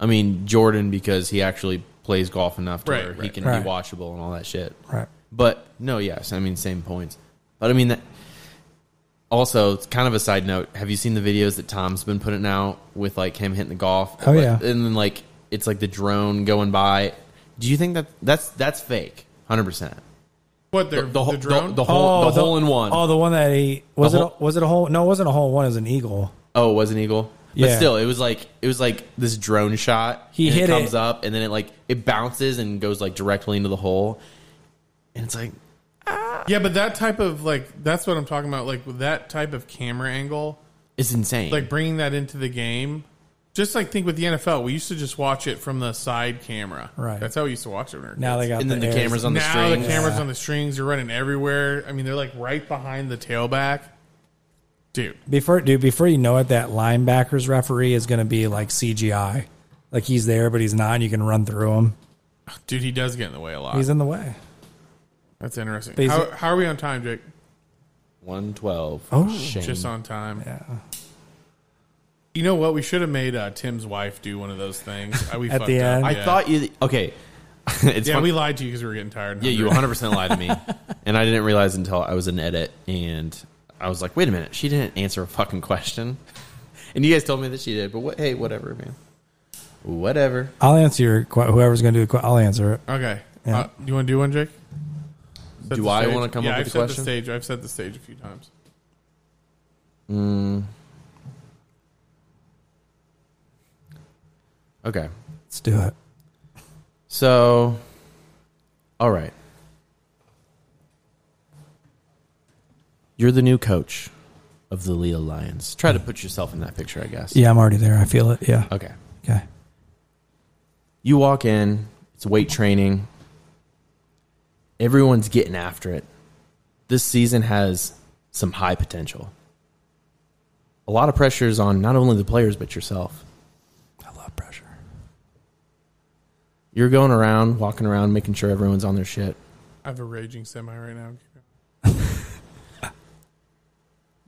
C: I mean, Jordan because he actually plays golf enough to
B: Right,
C: where he
B: right,
C: can
D: right.
C: be watchable and all that shit.
D: Right.
C: But no, yes, I mean, same points. But I mean that. Also, it's kind of a side note. Have you seen the videos that Tom's been putting out with like him hitting the golf?
D: Oh,
C: Like,
D: yeah.
C: and then like it's like the drone going by. Do you think that that's that's fake? Hundred percent.
B: what
C: The
B: they're
C: the, whole-
B: the drone.
C: the, the whole the, hole in one.
D: Oh, the one that he was
C: The
D: it.
C: hole-
D: a- was it a hole? No, it wasn't a hole in one. It was an eagle.
C: Oh, it was an eagle. But
D: Yeah.
C: still, it was like it was like this drone shot.
D: He
C: and
D: hit
C: it comes
D: it.
C: up and then it like it bounces and goes like directly into the hole. And it's like
B: yeah, but that type of like that's what I'm talking about. Like with that type of camera angle,
C: it's insane.
B: like bringing that into the game. Just like think with the NFL, we used to just watch it from the side camera.
D: Right.
B: That's how we used to watch it. When we were
D: Now they got
C: and
D: the,
C: then the
D: airs.
C: cameras on the
B: now
C: string.
B: the cameras on the strings are running everywhere. I mean, they're like right behind the tailback, dude.
D: before, dude. Before you know it, that linebackers referee is going to be like CGI. Like he's there, but he's not. And you can run through him.
B: Dude, he does get in the way a lot.
D: He's in the way.
B: That's interesting.
D: he's-
B: How, how are we on time, Jake?
C: One twelve.
D: Oh.
C: Shame.
B: Just on time.
D: Yeah.
B: You know what? We should have made uh, Tim's wife do one of those things. Uh, We
D: At
B: fucked
D: the
B: up.
D: end?
C: I
B: Yeah.
C: thought you. Okay. it's
B: Yeah,
C: funny.
B: we lied to you because we were getting tired. and
C: Yeah, you
B: hungry.
C: 100 percent lied to me, and I didn't realize until I was in edit, and I was like, "Wait a minute, she didn't answer a fucking question," and you guys told me that she did. But what? Hey, whatever, man. Whatever.
D: I'll answer your que- whoever's going to do the que- I'll answer it.
B: Okay.
D: Yeah.
B: Uh, you want to do one, Jake? Set
C: Do
B: the
C: I
B: stage.
C: wanna come
B: yeah,
C: up
B: I've
C: with a
B: set
C: question?
B: The stage. I've set the stage a few times.
C: Okay.
D: Let's do it.
C: So, all right. You're the new coach of the Leo Lions. Try to put yourself in that picture, I guess.
D: Yeah, I'm already there. I feel it. Yeah.
C: Okay.
D: Okay.
C: You walk in, it's weight training. Everyone's getting after it. This season has some high potential. A lot of pressure is on not only the players, but yourself.
D: I love pressure.
C: You're going around, walking around, making sure everyone's on their shit.
B: I have a raging semi right now.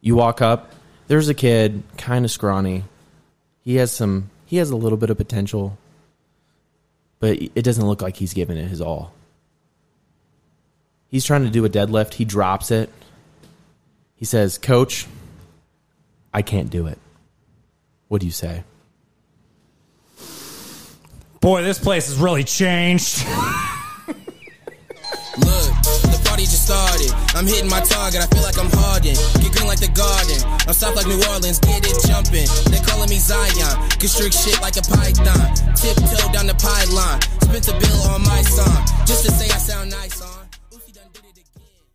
C: You walk up. There's a kid, kind of scrawny. He has some. He has a little bit of potential, but it doesn't look like he's giving it his all. He's trying to do a deadlift. He drops it. He says, "Coach, I can't do it." What do you say?
D: Boy, this place has really changed.
A: Look, the party just started. I'm hitting my target. I feel like I'm Harden. Get green like the garden. I'm soft like New Orleans. Get it jumping. They calling me Zion. Constrict shit like a python. Tiptoe down the pylon. Spent the bill on my song. Just to say I sound nice on.